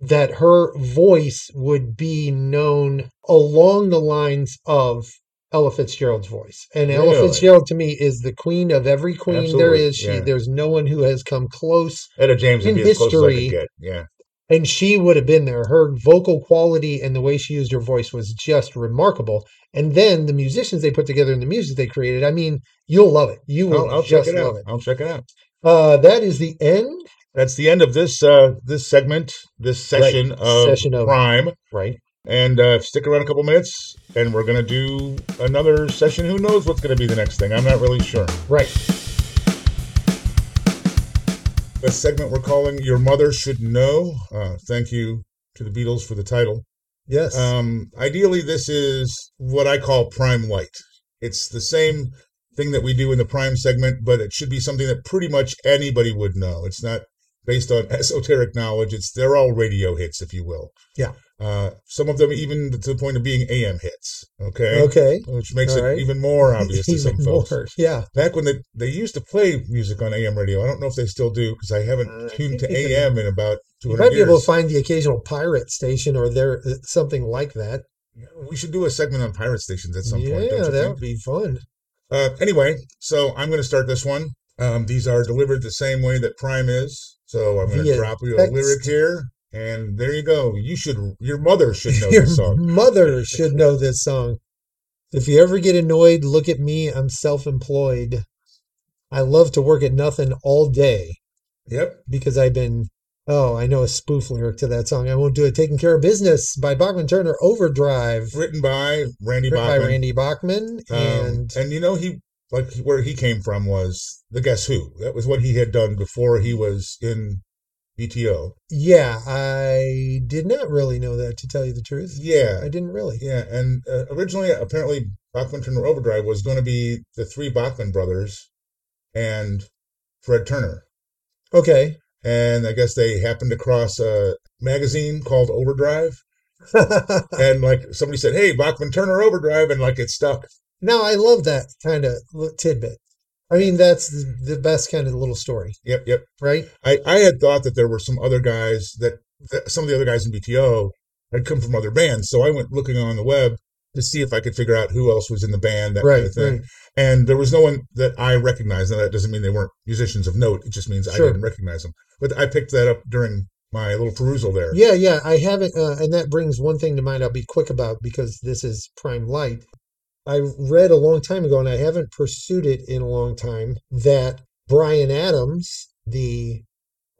Speaker 2: that her voice would be known along the lines of Ella Fitzgerald's voice. And Ella
Speaker 1: Really?
Speaker 2: Fitzgerald to me is the queen of every queen there
Speaker 1: Absolutely,
Speaker 2: is. She
Speaker 1: yeah.
Speaker 2: there's no one who has come close
Speaker 1: Etta James would
Speaker 2: in
Speaker 1: be as close as I
Speaker 2: history-
Speaker 1: could get. Yeah.
Speaker 2: and she would have been there. Her vocal quality and the way she used her voice was just remarkable. And then the musicians they put together and the music they created, I mean, you'll love it. You will
Speaker 1: I'll, I'll check
Speaker 2: just
Speaker 1: it out.
Speaker 2: love it.
Speaker 1: I'll check it out.
Speaker 2: Uh, that is the end,
Speaker 1: That's the end of this uh this segment, this
Speaker 2: Right.
Speaker 1: session of
Speaker 2: Session of-
Speaker 1: Prime.
Speaker 2: right?
Speaker 1: And uh, stick around a couple minutes, and we're gonna do another session. Who knows what's gonna be the next thing? I'm not really sure.
Speaker 2: Right.
Speaker 1: The segment we're calling "Your Mother Should Know." Uh, thank you to the Beatles for the title.
Speaker 2: Yes.
Speaker 1: Um, ideally, this is what I call prime light. It's the same thing that we do in the prime segment, but it should be something that pretty much anybody would know. It's not based on [laughs] esoteric knowledge. It's they're all radio hits, if you will.
Speaker 2: Yeah.
Speaker 1: Uh, some of them even to the point of being AM hits. Okay.
Speaker 2: okay.
Speaker 1: Which makes
Speaker 2: All
Speaker 1: it
Speaker 2: right.
Speaker 1: even more
Speaker 2: [laughs]
Speaker 1: obvious to some
Speaker 2: Even
Speaker 1: folks.
Speaker 2: more. Yeah.
Speaker 1: Back when they, they used to play music on AM radio, I don't know if they still do because I haven't
Speaker 2: Uh, I
Speaker 1: tuned
Speaker 2: think
Speaker 1: to
Speaker 2: they do.
Speaker 1: AM in about
Speaker 2: You
Speaker 1: 200
Speaker 2: might be
Speaker 1: years.
Speaker 2: able to find the occasional pirate station or there uh, something like that.
Speaker 1: we should do a segment on pirate stations at some
Speaker 2: yeah,
Speaker 1: point. Don't you
Speaker 2: that
Speaker 1: think?
Speaker 2: would be fun.
Speaker 1: Uh, anyway, so I'm going to start this one. Um, these are delivered the same way that Prime is. So I'm going to
Speaker 2: Via
Speaker 1: drop you a
Speaker 2: text.
Speaker 1: lyric here, and there you go. You should, your mother should know
Speaker 2: Your
Speaker 1: this song. [laughs]
Speaker 2: mother should know this song. If you ever get annoyed, look at me. I'm self employed. I love to work at nothing all day
Speaker 1: Yep.
Speaker 2: because I've been, oh, I know a spoof lyric to that song. I won't do it. Taking Care of Business by Bachman Turner Overdrive.
Speaker 1: Written by Randy
Speaker 2: written by
Speaker 1: Bachman.
Speaker 2: Randy Bachman.
Speaker 1: Um,
Speaker 2: and
Speaker 1: and you know he like where he came from was the Guess Who. That was what he had done before he was in BTO.
Speaker 2: yeah, I did not really know that, to tell you the truth.
Speaker 1: Yeah,
Speaker 2: I didn't really.
Speaker 1: Yeah, and uh, originally, apparently, Bachman Turner Overdrive was going to be the three Bachman brothers and Fred Turner.
Speaker 2: Okay. [laughs]
Speaker 1: And I guess they happened across a magazine called
Speaker 2: [laughs]
Speaker 1: Overdrive. And like somebody said, hey, Bachman Turner Overdrive. And like it stuck.
Speaker 2: no, I love that kind of tidbit. I mean, that's the, the best kind of little story,
Speaker 1: Yep, yep.
Speaker 2: right?
Speaker 1: I, I had thought that there were some other guys that, that some of the other guys in BTO had come from other bands. So I went looking on the web to see if I could figure out who else was in the band, that kind
Speaker 2: Right,
Speaker 1: of thing.
Speaker 2: right.
Speaker 1: and there was no one that I recognized. Now that doesn't mean they weren't musicians of note. It just means I
Speaker 2: Sure.
Speaker 1: didn't recognize them. But I picked that up during my little perusal there.
Speaker 2: Yeah, yeah, I haven't, uh, and that brings one thing to mind. I'll be quick about because this is prime light. I read a long time ago, and I haven't pursued it in a long time. That Brian Adams, the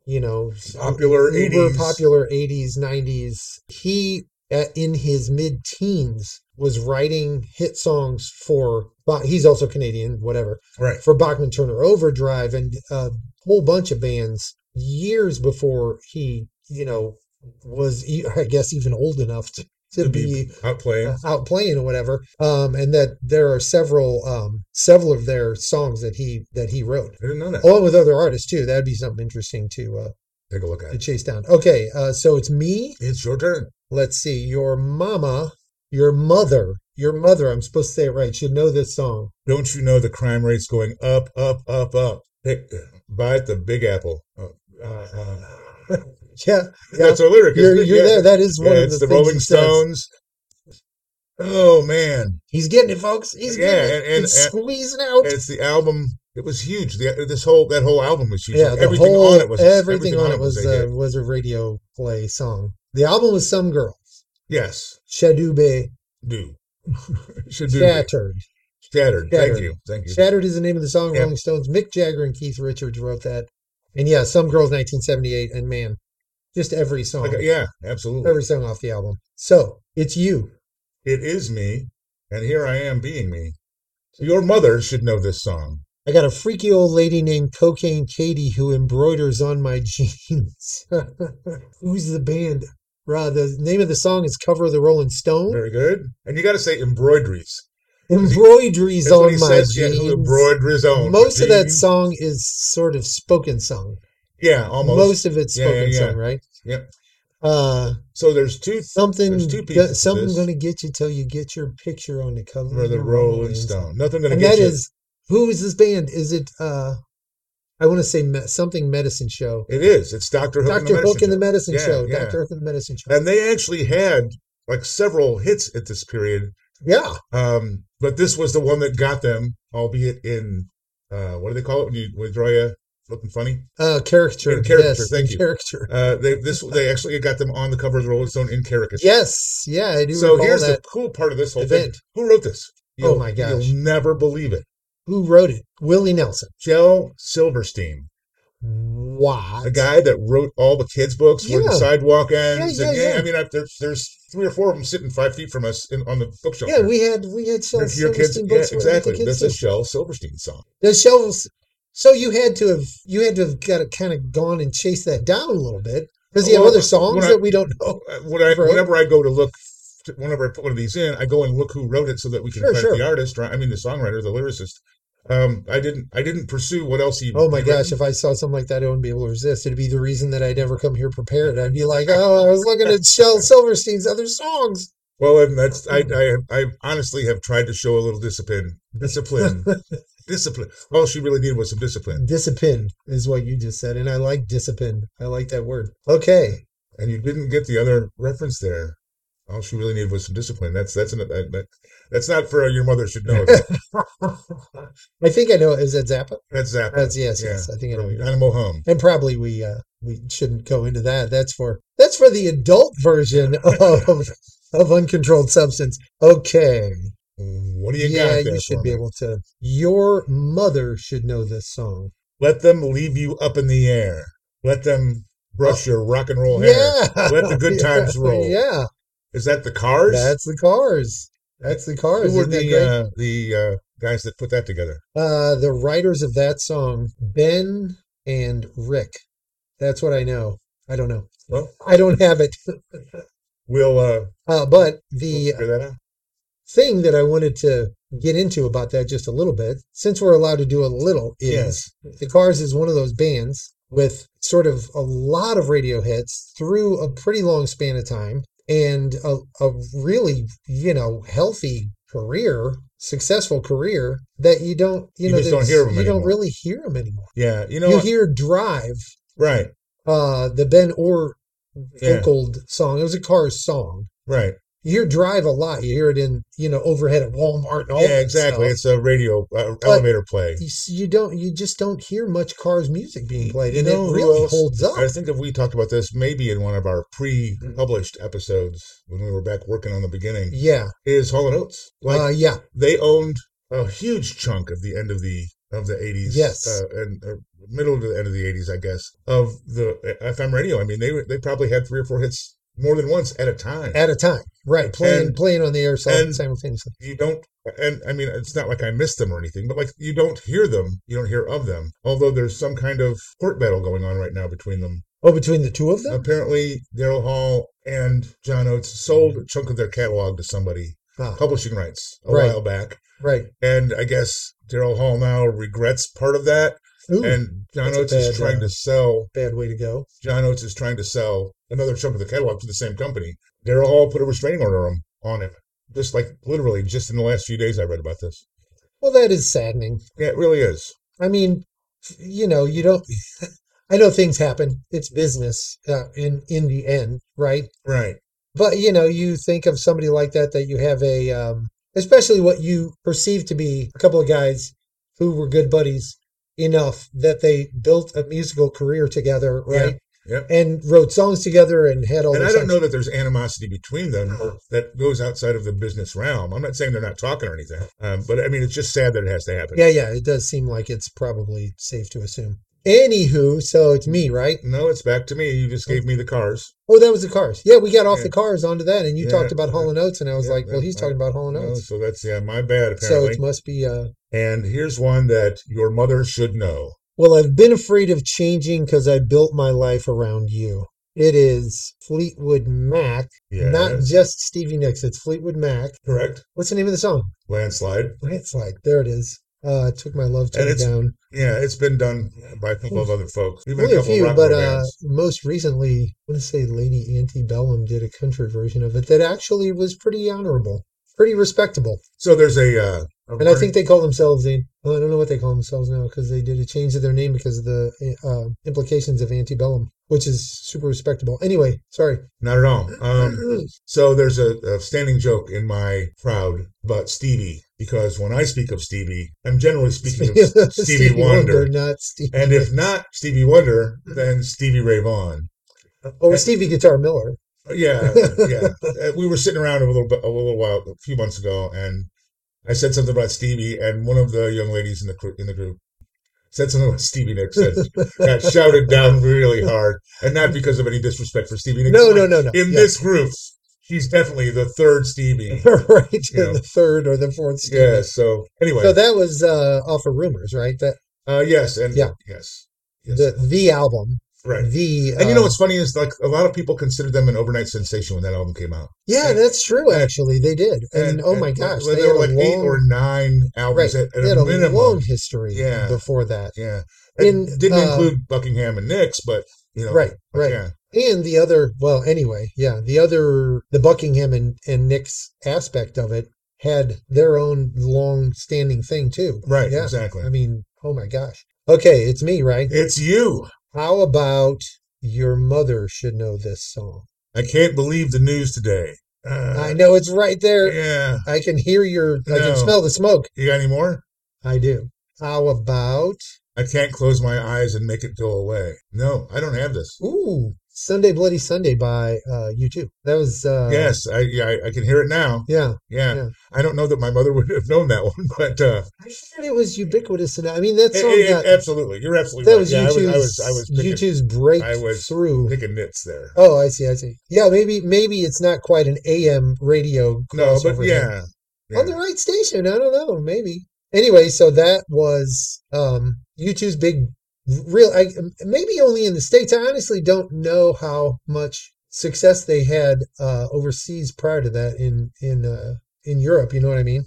Speaker 2: you know
Speaker 1: Popular
Speaker 2: uber
Speaker 1: 80s.
Speaker 2: popular eighties nineties, he uh, in his mid teens was writing hit songs for. Bach- He's also Canadian, whatever
Speaker 1: Right.
Speaker 2: for Bachman Turner Overdrive and a whole bunch of bands years before he, you know, was e- I guess even old enough to, to,
Speaker 1: To
Speaker 2: be,
Speaker 1: be out playing.
Speaker 2: uh, out playing or whatever. Um, and that there are several um, several of their songs that he that he wrote.
Speaker 1: I didn't know that.
Speaker 2: Along with other artists too, that'd be something interesting to uh,
Speaker 1: Take a look at
Speaker 2: to
Speaker 1: it.
Speaker 2: chase down. Okay, uh, so it's me.
Speaker 1: It's your turn.
Speaker 2: Let's see, your mama, your mother, your mother. I'm supposed to say it right. Should know this song.
Speaker 1: Don't you know the crime rate's going up, up, up, up? Pick, bite the Big Apple. Uh, uh, uh. [laughs]
Speaker 2: Yeah, yeah.
Speaker 1: That's a lyric.
Speaker 2: you're,
Speaker 1: isn't it?
Speaker 2: you're
Speaker 1: Yeah.
Speaker 2: there. That is
Speaker 1: Yeah,
Speaker 2: one of
Speaker 1: it's the,
Speaker 2: the, things
Speaker 1: Rolling
Speaker 2: he says.
Speaker 1: Stones. Oh man,
Speaker 2: He's getting it, folks. He's
Speaker 1: Yeah,
Speaker 2: getting it.
Speaker 1: and- and-
Speaker 2: He's
Speaker 1: and-
Speaker 2: squeezing out.
Speaker 1: and it's the album. It was huge. The, this whole that whole album was huge.
Speaker 2: yeah, the
Speaker 1: everything
Speaker 2: whole
Speaker 1: on it was
Speaker 2: everything, on it was
Speaker 1: a
Speaker 2: uh,
Speaker 1: hit.
Speaker 2: was a radio play song. The album was "Some Girl,"
Speaker 1: yes.
Speaker 2: Shadube
Speaker 1: Do [laughs] should do that.
Speaker 2: Shattered.
Speaker 1: Shattered.
Speaker 2: Shattered.
Speaker 1: Thank you. Thank you.
Speaker 2: Shattered is the name of the song.
Speaker 1: Yeah.
Speaker 2: Rolling Stones. Mick Jagger and Keith Richards wrote that. And yeah, "Some Girls" 1978. And man, just every song,
Speaker 1: Okay, yeah, absolutely.
Speaker 2: every song off the album. So it's you.
Speaker 1: It is me, and here I am being me. Your mother should know this song.
Speaker 2: I got a freaky old lady named Cocaine Katie who embroiders on my [laughs] jeans. [laughs] Who's the band? Ra, the name of the song is Cover of the Rolling Stone.
Speaker 1: Very good. And you got to say embroideries.
Speaker 2: [laughs] Embroideries
Speaker 1: That's what
Speaker 2: on
Speaker 1: he
Speaker 2: my
Speaker 1: says. Yeah,
Speaker 2: jeans.
Speaker 1: who embroideries on my
Speaker 2: Most of that
Speaker 1: jeans.
Speaker 2: song is sort of spoken song.
Speaker 1: Yeah, almost.
Speaker 2: Most of it's
Speaker 1: Yeah, yeah,
Speaker 2: spoken
Speaker 1: yeah.
Speaker 2: song, right?
Speaker 1: Yep.
Speaker 2: Uh,
Speaker 1: So there's two
Speaker 2: something,
Speaker 1: There's two
Speaker 2: go-
Speaker 1: pieces to
Speaker 2: something
Speaker 1: this.
Speaker 2: going to get you till you get your picture on the cover
Speaker 1: for
Speaker 2: of
Speaker 1: the Rolling Stone. Nothing gonna
Speaker 2: and
Speaker 1: get
Speaker 2: that
Speaker 1: you.
Speaker 2: is who is this band? Is it uh I want to say me- something medicine show.
Speaker 1: It is. It's Doctor Hook.
Speaker 2: Doctor Hook and the Medicine
Speaker 1: Yeah,
Speaker 2: Show.
Speaker 1: yeah.
Speaker 2: Doctor Hook and the Medicine Show.
Speaker 1: and they actually had like several hits at this period.
Speaker 2: yeah,
Speaker 1: Um, but this was the one that got them, albeit in uh, what do they call it when you when you draw you looking funny?
Speaker 2: uh, caricature.
Speaker 1: In caricature,
Speaker 2: yes,
Speaker 1: thank
Speaker 2: in
Speaker 1: you.
Speaker 2: Caricature.
Speaker 1: Uh, they this they actually got them on the cover of the Rolling Stone in caricature.
Speaker 2: Yes, yeah, I do
Speaker 1: So
Speaker 2: recall
Speaker 1: here's
Speaker 2: that.
Speaker 1: the cool part of this whole
Speaker 2: event.
Speaker 1: thing. Who wrote this?
Speaker 2: Oh my gosh.
Speaker 1: You'll never believe it.
Speaker 2: Who wrote it? Willie Nelson.
Speaker 1: Shel Silverstein,
Speaker 2: Wow.
Speaker 1: the guy that wrote all the kids' books where
Speaker 2: Yeah.
Speaker 1: the sidewalk ends.
Speaker 2: yeah,
Speaker 1: and, yeah,
Speaker 2: yeah.
Speaker 1: I mean, I, there's there's three or four of them sitting five feet from us in, on the bookshelf.
Speaker 2: Yeah, we had we had Shel
Speaker 1: Your- your kids,
Speaker 2: Silverstein
Speaker 1: yeah,
Speaker 2: books. where we had the
Speaker 1: exactly.
Speaker 2: kids
Speaker 1: That's a
Speaker 2: do.
Speaker 1: Shel Silverstein song.
Speaker 2: The shells. So you had to have you had to have got to kind of gone and chased that down a little bit because you have
Speaker 1: Well,
Speaker 2: other songs
Speaker 1: when I-
Speaker 2: that we don't know.
Speaker 1: Uh, When I,
Speaker 2: Wrote.
Speaker 1: whenever I go to look, whenever I put one of these in, I go and look who wrote it so that we can
Speaker 2: Sure,
Speaker 1: credit
Speaker 2: sure.
Speaker 1: the artist. Right? I mean, the songwriter, the lyricist. Um, I didn't, I didn't pursue what else he.
Speaker 2: Oh my
Speaker 1: he
Speaker 2: gosh,
Speaker 1: written.
Speaker 2: if I saw something like that, I wouldn't be able to resist. It'd be the reason that I'd never come here prepared. I'd be like, oh, I was looking
Speaker 1: [laughs]
Speaker 2: at Shel Silverstein's other songs.
Speaker 1: Well, and that's I, I, I honestly have tried to show a little discipline,
Speaker 2: [laughs]
Speaker 1: discipline, discipline. All she really needed was some discipline,
Speaker 2: Discipline is what you just said. And I like discipline. I like that word. Okay. [laughs]
Speaker 1: and you didn't get the other reference there. All she really needed was some discipline. That's that's an, that, that, that's not for uh, your mother should
Speaker 2: [laughs]
Speaker 1: know.
Speaker 2: I think I know. Is that Zappa?
Speaker 1: That's Zappa.
Speaker 2: That's yes,
Speaker 1: Yeah.
Speaker 2: yes. I think I know.
Speaker 1: from
Speaker 2: what you're-
Speaker 1: Animal Home.
Speaker 2: And probably we uh, we shouldn't go into that. That's for that's for the adult version [laughs] of of uncontrolled substance. Okay.
Speaker 1: What do you
Speaker 2: yeah,
Speaker 1: got there?
Speaker 2: you should
Speaker 1: for
Speaker 2: be
Speaker 1: me?
Speaker 2: able to. Your mother should know this song.
Speaker 1: Let them leave you up in the air. Let them brush your rock and roll hair.
Speaker 2: Oh. [laughs] Yeah.
Speaker 1: Let the good times roll.
Speaker 2: Yeah.
Speaker 1: Is that the Cars?
Speaker 2: That's the cars. That's the cars.
Speaker 1: Who were
Speaker 2: Isn't that
Speaker 1: the
Speaker 2: great?
Speaker 1: uh, the uh, guys that put that together?
Speaker 2: Uh, the writers of that song, Ben and Rick. That's what I know. I don't know.
Speaker 1: Well,
Speaker 2: I don't have it. [laughs]
Speaker 1: we'll uh,
Speaker 2: Uh, but the
Speaker 1: figure that out.
Speaker 2: thing that I wanted to get into about that just a little bit, since we're allowed to do a little, is the Cars is one of those bands with sort of a lot of radio hits through a pretty long span of time and a, a really, you know, healthy career, successful career that you don't, you,
Speaker 1: You
Speaker 2: know,
Speaker 1: just don't
Speaker 2: there's-
Speaker 1: hear 'em
Speaker 2: you don't
Speaker 1: anymore.
Speaker 2: really hear them anymore.
Speaker 1: Yeah, you know
Speaker 2: You
Speaker 1: what?
Speaker 2: hear Drive,
Speaker 1: right,
Speaker 2: uh, the Ben Orr
Speaker 1: Yeah.
Speaker 2: vocaled song. It was a Cars song
Speaker 1: right.
Speaker 2: you hear drive a lot. You hear it in you know overhead at Walmart and all.
Speaker 1: yeah,
Speaker 2: that
Speaker 1: exactly.
Speaker 2: stuff.
Speaker 1: It's a radio uh, elevator play.
Speaker 2: You, s- you don't you just don't hear much cars music being played,
Speaker 1: You
Speaker 2: and
Speaker 1: know
Speaker 2: it
Speaker 1: who
Speaker 2: really
Speaker 1: else-
Speaker 2: holds up.
Speaker 1: I think if we talked about this maybe in one of our
Speaker 2: Mm-hmm.
Speaker 1: pre-published episodes when we were back working on the beginning,
Speaker 2: yeah,
Speaker 1: is Hall and Oates. Like
Speaker 2: uh, yeah,
Speaker 1: they owned a huge chunk of the end of the of the 80s
Speaker 2: Yes.
Speaker 1: uh, and uh, middle to the end of the 80s i guess of the fm radio i mean they were- they probably had three or four hits more than once at a time
Speaker 2: at a time, right? Playing
Speaker 1: And-
Speaker 2: playing on the air sim-
Speaker 1: and-
Speaker 2: simultaneously.
Speaker 1: you don't and i mean it's not like i missed them or anything but like you don't hear them you don't hear of them although there's some kind of court battle going on right now between them
Speaker 2: Oh, between the two of them.
Speaker 1: apparently daryl hall and john oates sold a chunk of their catalog to somebody
Speaker 2: Ah,
Speaker 1: publishing rights a
Speaker 2: Right.
Speaker 1: while back
Speaker 2: right.
Speaker 1: and i guess daryl hall now regrets part of that
Speaker 2: Ooh,
Speaker 1: and john
Speaker 2: that's a
Speaker 1: oates is
Speaker 2: bad,
Speaker 1: trying
Speaker 2: uh,
Speaker 1: to sell
Speaker 2: bad way to go.
Speaker 1: john oates is trying to sell another chunk of the catalog to the same company daryl hall put a restraining order on, on him just like literally just in the last few days i read about this
Speaker 2: Well, that is saddening.
Speaker 1: yeah it really is
Speaker 2: I mean, you know, you don't. [laughs] I know things happen. It's business uh, in in the end, right?
Speaker 1: Right.
Speaker 2: But you know, you think of somebody like that that you have a, um, especially what you perceive to be a couple of guys who were good buddies enough that they built a musical career together,
Speaker 1: Yeah,
Speaker 2: right?
Speaker 1: yep.
Speaker 2: And wrote songs together and had all.
Speaker 1: And
Speaker 2: their
Speaker 1: I don't
Speaker 2: songs-
Speaker 1: know that there's animosity between them or that goes outside of the business realm. I'm not saying they're not talking or anything, um, but I mean, it's just sad that it has to happen.
Speaker 2: Yeah, yeah, it does seem like it's probably safe to assume. Anywho, so it's me,
Speaker 1: Mm-hmm.
Speaker 2: right?
Speaker 1: No, it's back to me. You just gave me the cars.
Speaker 2: Oh, that was the cars. Yeah, we got off
Speaker 1: Yeah.
Speaker 2: the cars onto that, and you
Speaker 1: Yeah,
Speaker 2: talked about Hall and Oates, and I was
Speaker 1: yeah,
Speaker 2: like, well,
Speaker 1: yeah,
Speaker 2: he's
Speaker 1: I-
Speaker 2: talking about Hall and
Speaker 1: No,
Speaker 2: Oates,
Speaker 1: so that's yeah, my bad
Speaker 2: so
Speaker 1: apparently.
Speaker 2: it must be. Uh,
Speaker 1: and here's one that your mother should know.
Speaker 2: well, I've been afraid of changing because I built my life around you. It is Fleetwood Mac,
Speaker 1: Yeah,
Speaker 2: not just Stevie Nicks. It's Fleetwood Mac.
Speaker 1: correct.
Speaker 2: What's the name of the song?
Speaker 1: Landslide.
Speaker 2: Landslide. There it is. Uh, took my love
Speaker 1: And
Speaker 2: to
Speaker 1: it's-
Speaker 2: down.
Speaker 1: Yeah, it's been done by a couple of other folks, even
Speaker 2: Only
Speaker 1: a
Speaker 2: a
Speaker 1: couple
Speaker 2: few,
Speaker 1: of rock
Speaker 2: but
Speaker 1: roll
Speaker 2: uh,
Speaker 1: bands.
Speaker 2: most recently, I want to say Lady Antebellum did a country version of it that actually was pretty honorable, pretty respectable.
Speaker 1: So there's a, uh, a
Speaker 2: And I think they call themselves the, well, I don't know what they call themselves now because they did a change of their name because of the uh, implications of antebellum, which is super respectable. Anyway, sorry.
Speaker 1: not at all. Um,
Speaker 2: [laughs]
Speaker 1: So there's a, a standing joke in my crowd about Stevie because when I speak of Stevie, I'm generally speaking
Speaker 2: [laughs]
Speaker 1: of [laughs] Stevie, Wonder.
Speaker 2: not Stevie.
Speaker 1: And if not Stevie Wonder, then Stevie Ray Vaughan.
Speaker 2: or Oh, Stevie Guitar Miller. [laughs]
Speaker 1: Yeah, yeah. Uh, we were sitting around a little bit, a little while, a few months ago, and I said something about Stevie, and one of the young ladies in the cr- in the group said something about Stevie Nicks and got shouted down really hard, and not because of any disrespect for Stevie Nicks.
Speaker 2: No, no, no, no.
Speaker 1: In
Speaker 2: Yeah.
Speaker 1: this group, she's definitely the third Stevie.
Speaker 2: [laughs] right,
Speaker 1: Yeah.
Speaker 2: the third or the fourth Stevie.
Speaker 1: Yeah. So anyway,
Speaker 2: So that was uh, off of Rumors, right? That
Speaker 1: uh, yes, and
Speaker 2: Yeah.
Speaker 1: yes, yes,
Speaker 2: the the album,
Speaker 1: right.
Speaker 2: the
Speaker 1: And you
Speaker 2: uh,
Speaker 1: know what's funny is like a lot of people considered them an overnight sensation when that album came out.
Speaker 2: Yeah,
Speaker 1: And-
Speaker 2: that's true. Actually, they did, and, oh my gosh,
Speaker 1: there
Speaker 2: they,
Speaker 1: were
Speaker 2: had
Speaker 1: like
Speaker 2: a
Speaker 1: eight
Speaker 2: long,
Speaker 1: or nine albums
Speaker 2: right,
Speaker 1: at, at
Speaker 2: they had
Speaker 1: a,
Speaker 2: a
Speaker 1: minimum.
Speaker 2: long history
Speaker 1: Yeah.
Speaker 2: before that.
Speaker 1: Yeah, it
Speaker 2: In,
Speaker 1: didn't
Speaker 2: uh,
Speaker 1: include Buckingham and Nicks, but you know,
Speaker 2: Right,
Speaker 1: but
Speaker 2: right.
Speaker 1: yeah,
Speaker 2: And the other, well, anyway, yeah, the other, the Buckingham and and Nick's aspect of it had their own long-standing thing too.
Speaker 1: right,
Speaker 2: Yeah.
Speaker 1: exactly.
Speaker 2: I mean, oh my gosh. Okay, it's me, right?
Speaker 1: it's you.
Speaker 2: How about your mother should know this song?
Speaker 1: I can't believe the news today. Uh,
Speaker 2: I know it's right there.
Speaker 1: Yeah,
Speaker 2: I can hear your,
Speaker 1: No.
Speaker 2: I can smell the smoke.
Speaker 1: you got any more?
Speaker 2: I do. How about
Speaker 1: I can't close my eyes and make it go away. No, I don't have this.
Speaker 2: Ooh, Sunday Bloody Sunday by uh you too. That was uh
Speaker 1: yes, I, yeah, I I can hear it now.
Speaker 2: Yeah.
Speaker 1: Yeah.
Speaker 2: Yeah.
Speaker 1: I don't know that my mother [laughs] would have known that one, but uh,
Speaker 2: I thought it was ubiquitous and I mean that
Speaker 1: it-
Speaker 2: song
Speaker 1: it-
Speaker 2: got,
Speaker 1: absolutely, you're absolutely
Speaker 2: that
Speaker 1: right.
Speaker 2: was
Speaker 1: yeah, I was,
Speaker 2: YouTube's
Speaker 1: I was, I was picking,
Speaker 2: YouTube's breakthrough.
Speaker 1: I was picking nits there.
Speaker 2: Oh, I see, I see. Yeah, maybe maybe it's not quite an AM radio
Speaker 1: no, but
Speaker 2: crossover hit.
Speaker 1: yeah, yeah.
Speaker 2: On the right station, I don't know, maybe. Anyway, so that was um YouTube's big real I, maybe only in the states. I honestly don't know how much success they had uh overseas prior to that in in uh in Europe, you know what I mean?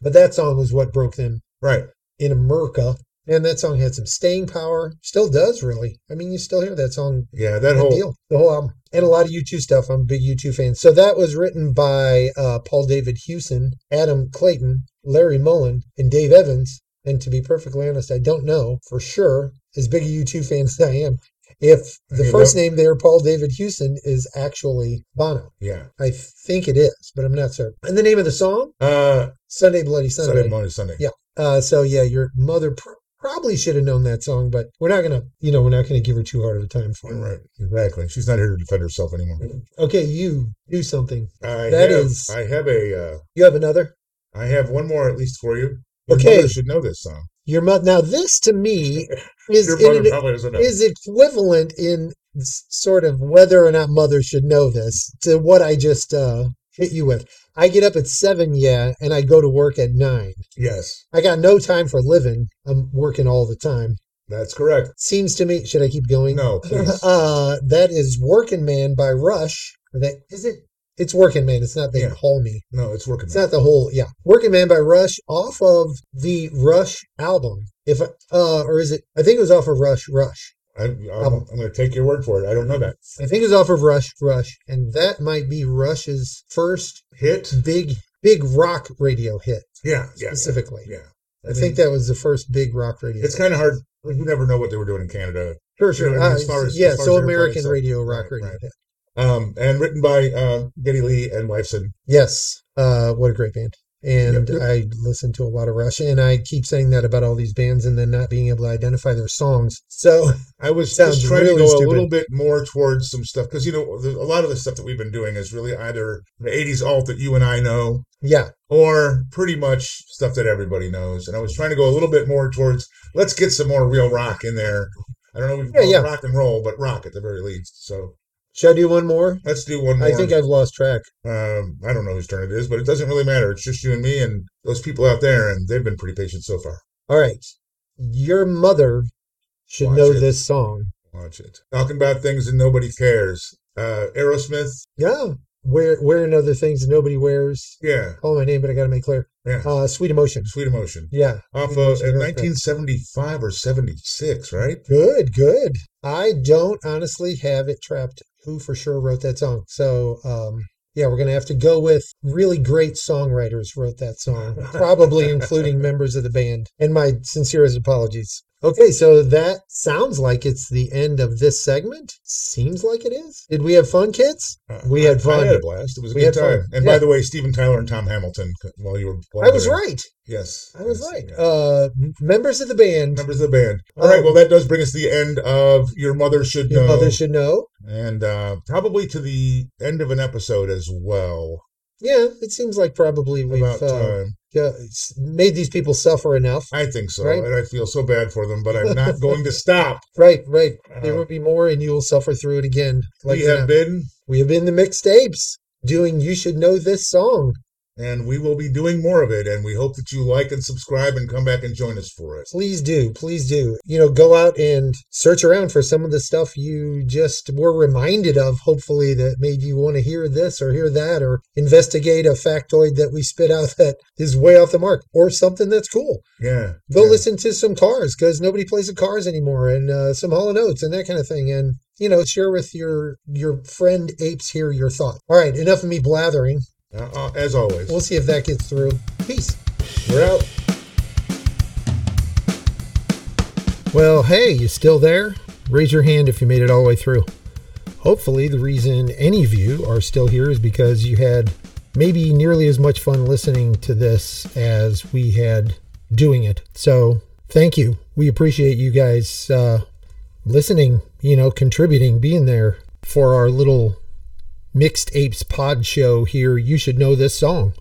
Speaker 2: But that song was what broke them
Speaker 1: right.
Speaker 2: in America. And that song had some staying power. Still does really. I mean, you still hear that song
Speaker 1: Yeah, that
Speaker 2: the
Speaker 1: whole
Speaker 2: deal, the whole album, and a lot of U2 stuff. I'm a big U2 fan. So that was written by uh, Paul David Hewson, Adam Clayton, Larry Mullen, and Dave Evans. And to be perfectly honest, I don't know for sure, as big a U2 fan as I am, if the
Speaker 1: Yeah,
Speaker 2: first
Speaker 1: that-
Speaker 2: name there, Paul David Houston, is actually Bono.
Speaker 1: Yeah.
Speaker 2: I think it is, but I'm not certain. And the name of the song,
Speaker 1: Uh,
Speaker 2: Sunday Bloody Sunday.
Speaker 1: Sunday, Monday, Sunday.
Speaker 2: Yeah. Uh, so yeah, your mother pr- probably should have known that song, but we're not gonna, you know, we're not gonna give her too hard of a time for it.
Speaker 1: Right. Exactly. She's not here to defend herself anymore.
Speaker 2: Okay, you do something.
Speaker 1: I
Speaker 2: That
Speaker 1: have,
Speaker 2: is-
Speaker 1: I have a. Uh,
Speaker 2: You have another.
Speaker 1: I have one more at least for you. Your
Speaker 2: Okay.
Speaker 1: mother should know this song.
Speaker 2: Your mother. Now this
Speaker 1: [laughs]
Speaker 2: to me is
Speaker 1: Your
Speaker 2: in
Speaker 1: mother
Speaker 2: an,
Speaker 1: probably doesn't know.
Speaker 2: is equivalent in s- sort of whether or not mother should know this to what I just uh, hit you with. I get up at seven, yeah, and I go to work at nine.
Speaker 1: yes,
Speaker 2: I got no time for living. I'm working all the time.
Speaker 1: that's correct.
Speaker 2: Seems to me. Should I keep going?
Speaker 1: No,
Speaker 2: [laughs]
Speaker 1: please.
Speaker 2: uh, that is Working Man by Rush. That is it. It's Working Man. It's not They
Speaker 1: Yeah.
Speaker 2: Call Me.
Speaker 1: No, it's working.
Speaker 2: It's not the whole. Yeah, Working Man by Rush off of the Rush album. If I- uh, or is it? I think it was off of Rush. Rush.
Speaker 1: I, I'm,
Speaker 2: Um,
Speaker 1: I'm going to take your word for it. I don't know that
Speaker 2: I think it was off of Rush. Rush, and that might be Rush's first
Speaker 1: hit.
Speaker 2: big big rock radio hit
Speaker 1: Yeah, yeah, yeah,
Speaker 2: specifically.
Speaker 1: yeah.
Speaker 2: I,
Speaker 1: I mean-
Speaker 2: think that was the first big rock radio.
Speaker 1: It's kind of hard. You never know what they were doing in Canada.
Speaker 2: sure,
Speaker 1: you
Speaker 2: sure.
Speaker 1: know,
Speaker 2: Uh,
Speaker 1: as far as-
Speaker 2: yeah,
Speaker 1: as far
Speaker 2: so
Speaker 1: as airplay
Speaker 2: American
Speaker 1: itself.
Speaker 2: radio rock
Speaker 1: Right,
Speaker 2: radio
Speaker 1: right.
Speaker 2: hit.
Speaker 1: Um, and written by uh, Geddy Lee and Wifeson.
Speaker 2: Yes. Uh, what a great band. And
Speaker 1: Yep, yep.
Speaker 2: I listen to a lot of Rush, and I keep saying that about all these bands, and then not being able to identify their songs. So [laughs]
Speaker 1: I was
Speaker 2: Sounds
Speaker 1: just trying
Speaker 2: really
Speaker 1: to go
Speaker 2: stupid.
Speaker 1: a little bit more towards some stuff because you know the, a lot of the stuff that we've been doing is really either the '80s alt that you and I know,
Speaker 2: yeah,
Speaker 1: or pretty much stuff that everybody knows. And I was trying to go a little bit more towards let's get some more real rock in there. I don't know, if we can
Speaker 2: Yeah,
Speaker 1: call it
Speaker 2: yeah.
Speaker 1: rock and roll, but rock at the very least. So
Speaker 2: should I do one more?
Speaker 1: let's do one more.
Speaker 2: I think I've lost track.
Speaker 1: um, I don't know whose turn it is, but it doesn't really matter. It's just you and me and those people out there, and they've been pretty patient so far.
Speaker 2: All right, your mother should
Speaker 1: Watch
Speaker 2: know
Speaker 1: it.
Speaker 2: this song.
Speaker 1: Watch it. Talking about things and nobody cares. Uh, Aerosmith.
Speaker 2: Yeah, wear wearing other things that nobody wears.
Speaker 1: Yeah,
Speaker 2: Call my name, but I got to make clear.
Speaker 1: yeah.
Speaker 2: Uh, Sweet Emotion.
Speaker 1: Sweet emotion.
Speaker 2: Yeah,
Speaker 1: Off of in
Speaker 2: Aerosmith.
Speaker 1: 1975 or 76, right?
Speaker 2: Good, good. I don't honestly have it trapped who for sure wrote that song. So, um, yeah, we're going to have to go with really great songwriters wrote that song,
Speaker 1: [laughs]
Speaker 2: probably including members of the band. And my sincerest apologies. Okay, so that sounds like it's the end of this segment. Seems like it is. Did we have fun, kids?
Speaker 1: Uh,
Speaker 2: We had
Speaker 1: I- I
Speaker 2: fun.
Speaker 1: had a blast. It was a
Speaker 2: We
Speaker 1: good
Speaker 2: had fun.
Speaker 1: time. And
Speaker 2: Yeah.
Speaker 1: by the way, Steven Tyler and Tom Hamilton. c- While you were, while
Speaker 2: I was
Speaker 1: they're-
Speaker 2: right.
Speaker 1: Yes,
Speaker 2: I was
Speaker 1: yes,
Speaker 2: right.
Speaker 1: yeah.
Speaker 2: Uh, m- members of the band,
Speaker 1: Members of the band. All
Speaker 2: Oh.
Speaker 1: right. Well, that does bring us to the end of your mother should
Speaker 2: your
Speaker 1: know,
Speaker 2: mother should know.
Speaker 1: and uh, probably to the end of an episode as well.
Speaker 2: Yeah, it seems like probably we've
Speaker 1: About
Speaker 2: uh,
Speaker 1: time.
Speaker 2: yeah, s- made these people suffer enough.
Speaker 1: I think so,
Speaker 2: Right.
Speaker 1: and I feel so bad for them, but I'm not going to stop.
Speaker 2: Right, right. there
Speaker 1: Uh,
Speaker 2: will be more, and you will suffer through it again. [laughs] Like
Speaker 1: we have
Speaker 2: that.
Speaker 1: been,
Speaker 2: we have been the mixtapes doing. You should know this song.
Speaker 1: and we will be doing more of it. And we hope that you like and subscribe and come back and join us for it.
Speaker 2: Please do, please do. You know, go out and search around for some of the stuff you just were reminded of. Hopefully, that made you want to hear this or hear that, or investigate a factoid that we spit out [laughs] that is way off the mark, or something that's cool.
Speaker 1: Yeah.
Speaker 2: go
Speaker 1: yeah.
Speaker 2: listen to some cars because nobody plays the cars anymore and uh, some hollow notes and that kind of thing and you know share with your your friend apes here your thought all right enough of me blathering
Speaker 1: Uh, uh, as always,
Speaker 2: we'll see if that gets through peace
Speaker 1: we're out.
Speaker 2: well hey you still there raise your hand if you made it all the way through hopefully the reason any of you are still here is because you had maybe nearly as much fun listening to this as we had doing it so thank you we appreciate you guys uh, listening, you know, contributing, being there for our little Mixed Apes pod show here, you should know this song.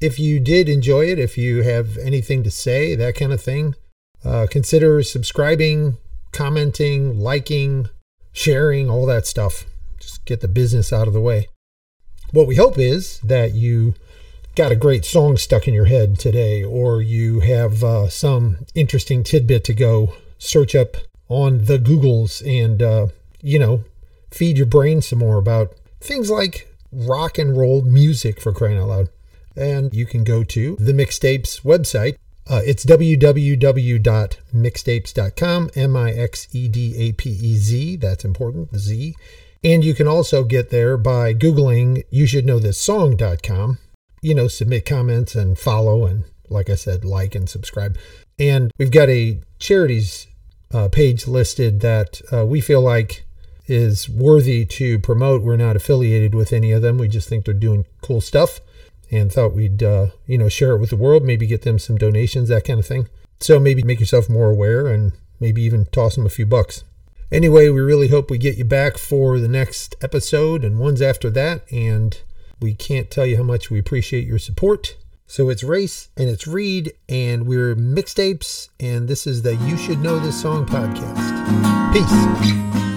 Speaker 2: If you did enjoy it, if you have anything to say, that kind of thing, uh, consider subscribing, commenting, liking, sharing, all that stuff. Just get the business out of the way. What we hope is that you got a great song stuck in your head today, or you have uh, some interesting tidbit to go search up on the Googles and, uh, you know, feed your brain some more about things like rock and roll music for crying out loud. And you can go to the Mixtapes website. Uh, it's www.mixtapes.com, M I X E D A P E Z. That's important, the Z. And you can also get there by Googling you should know this song.com you know, submit comments and follow and like I said, like and subscribe. And we've got a charities uh, page listed that uh, we feel like is worthy to promote. We're not affiliated with any of them. We just think they're doing cool stuff and thought we'd uh, you know share it with the world, maybe get them some donations, that kind of thing. So maybe make yourself more aware and maybe even toss them a few bucks. Anyway, we really hope we get you back for the next episode and ones after that and we can't tell you how much we appreciate your support. So it's Race and it's Reed and we're mixtapes and this is the You Should Know This Song podcast. Peace.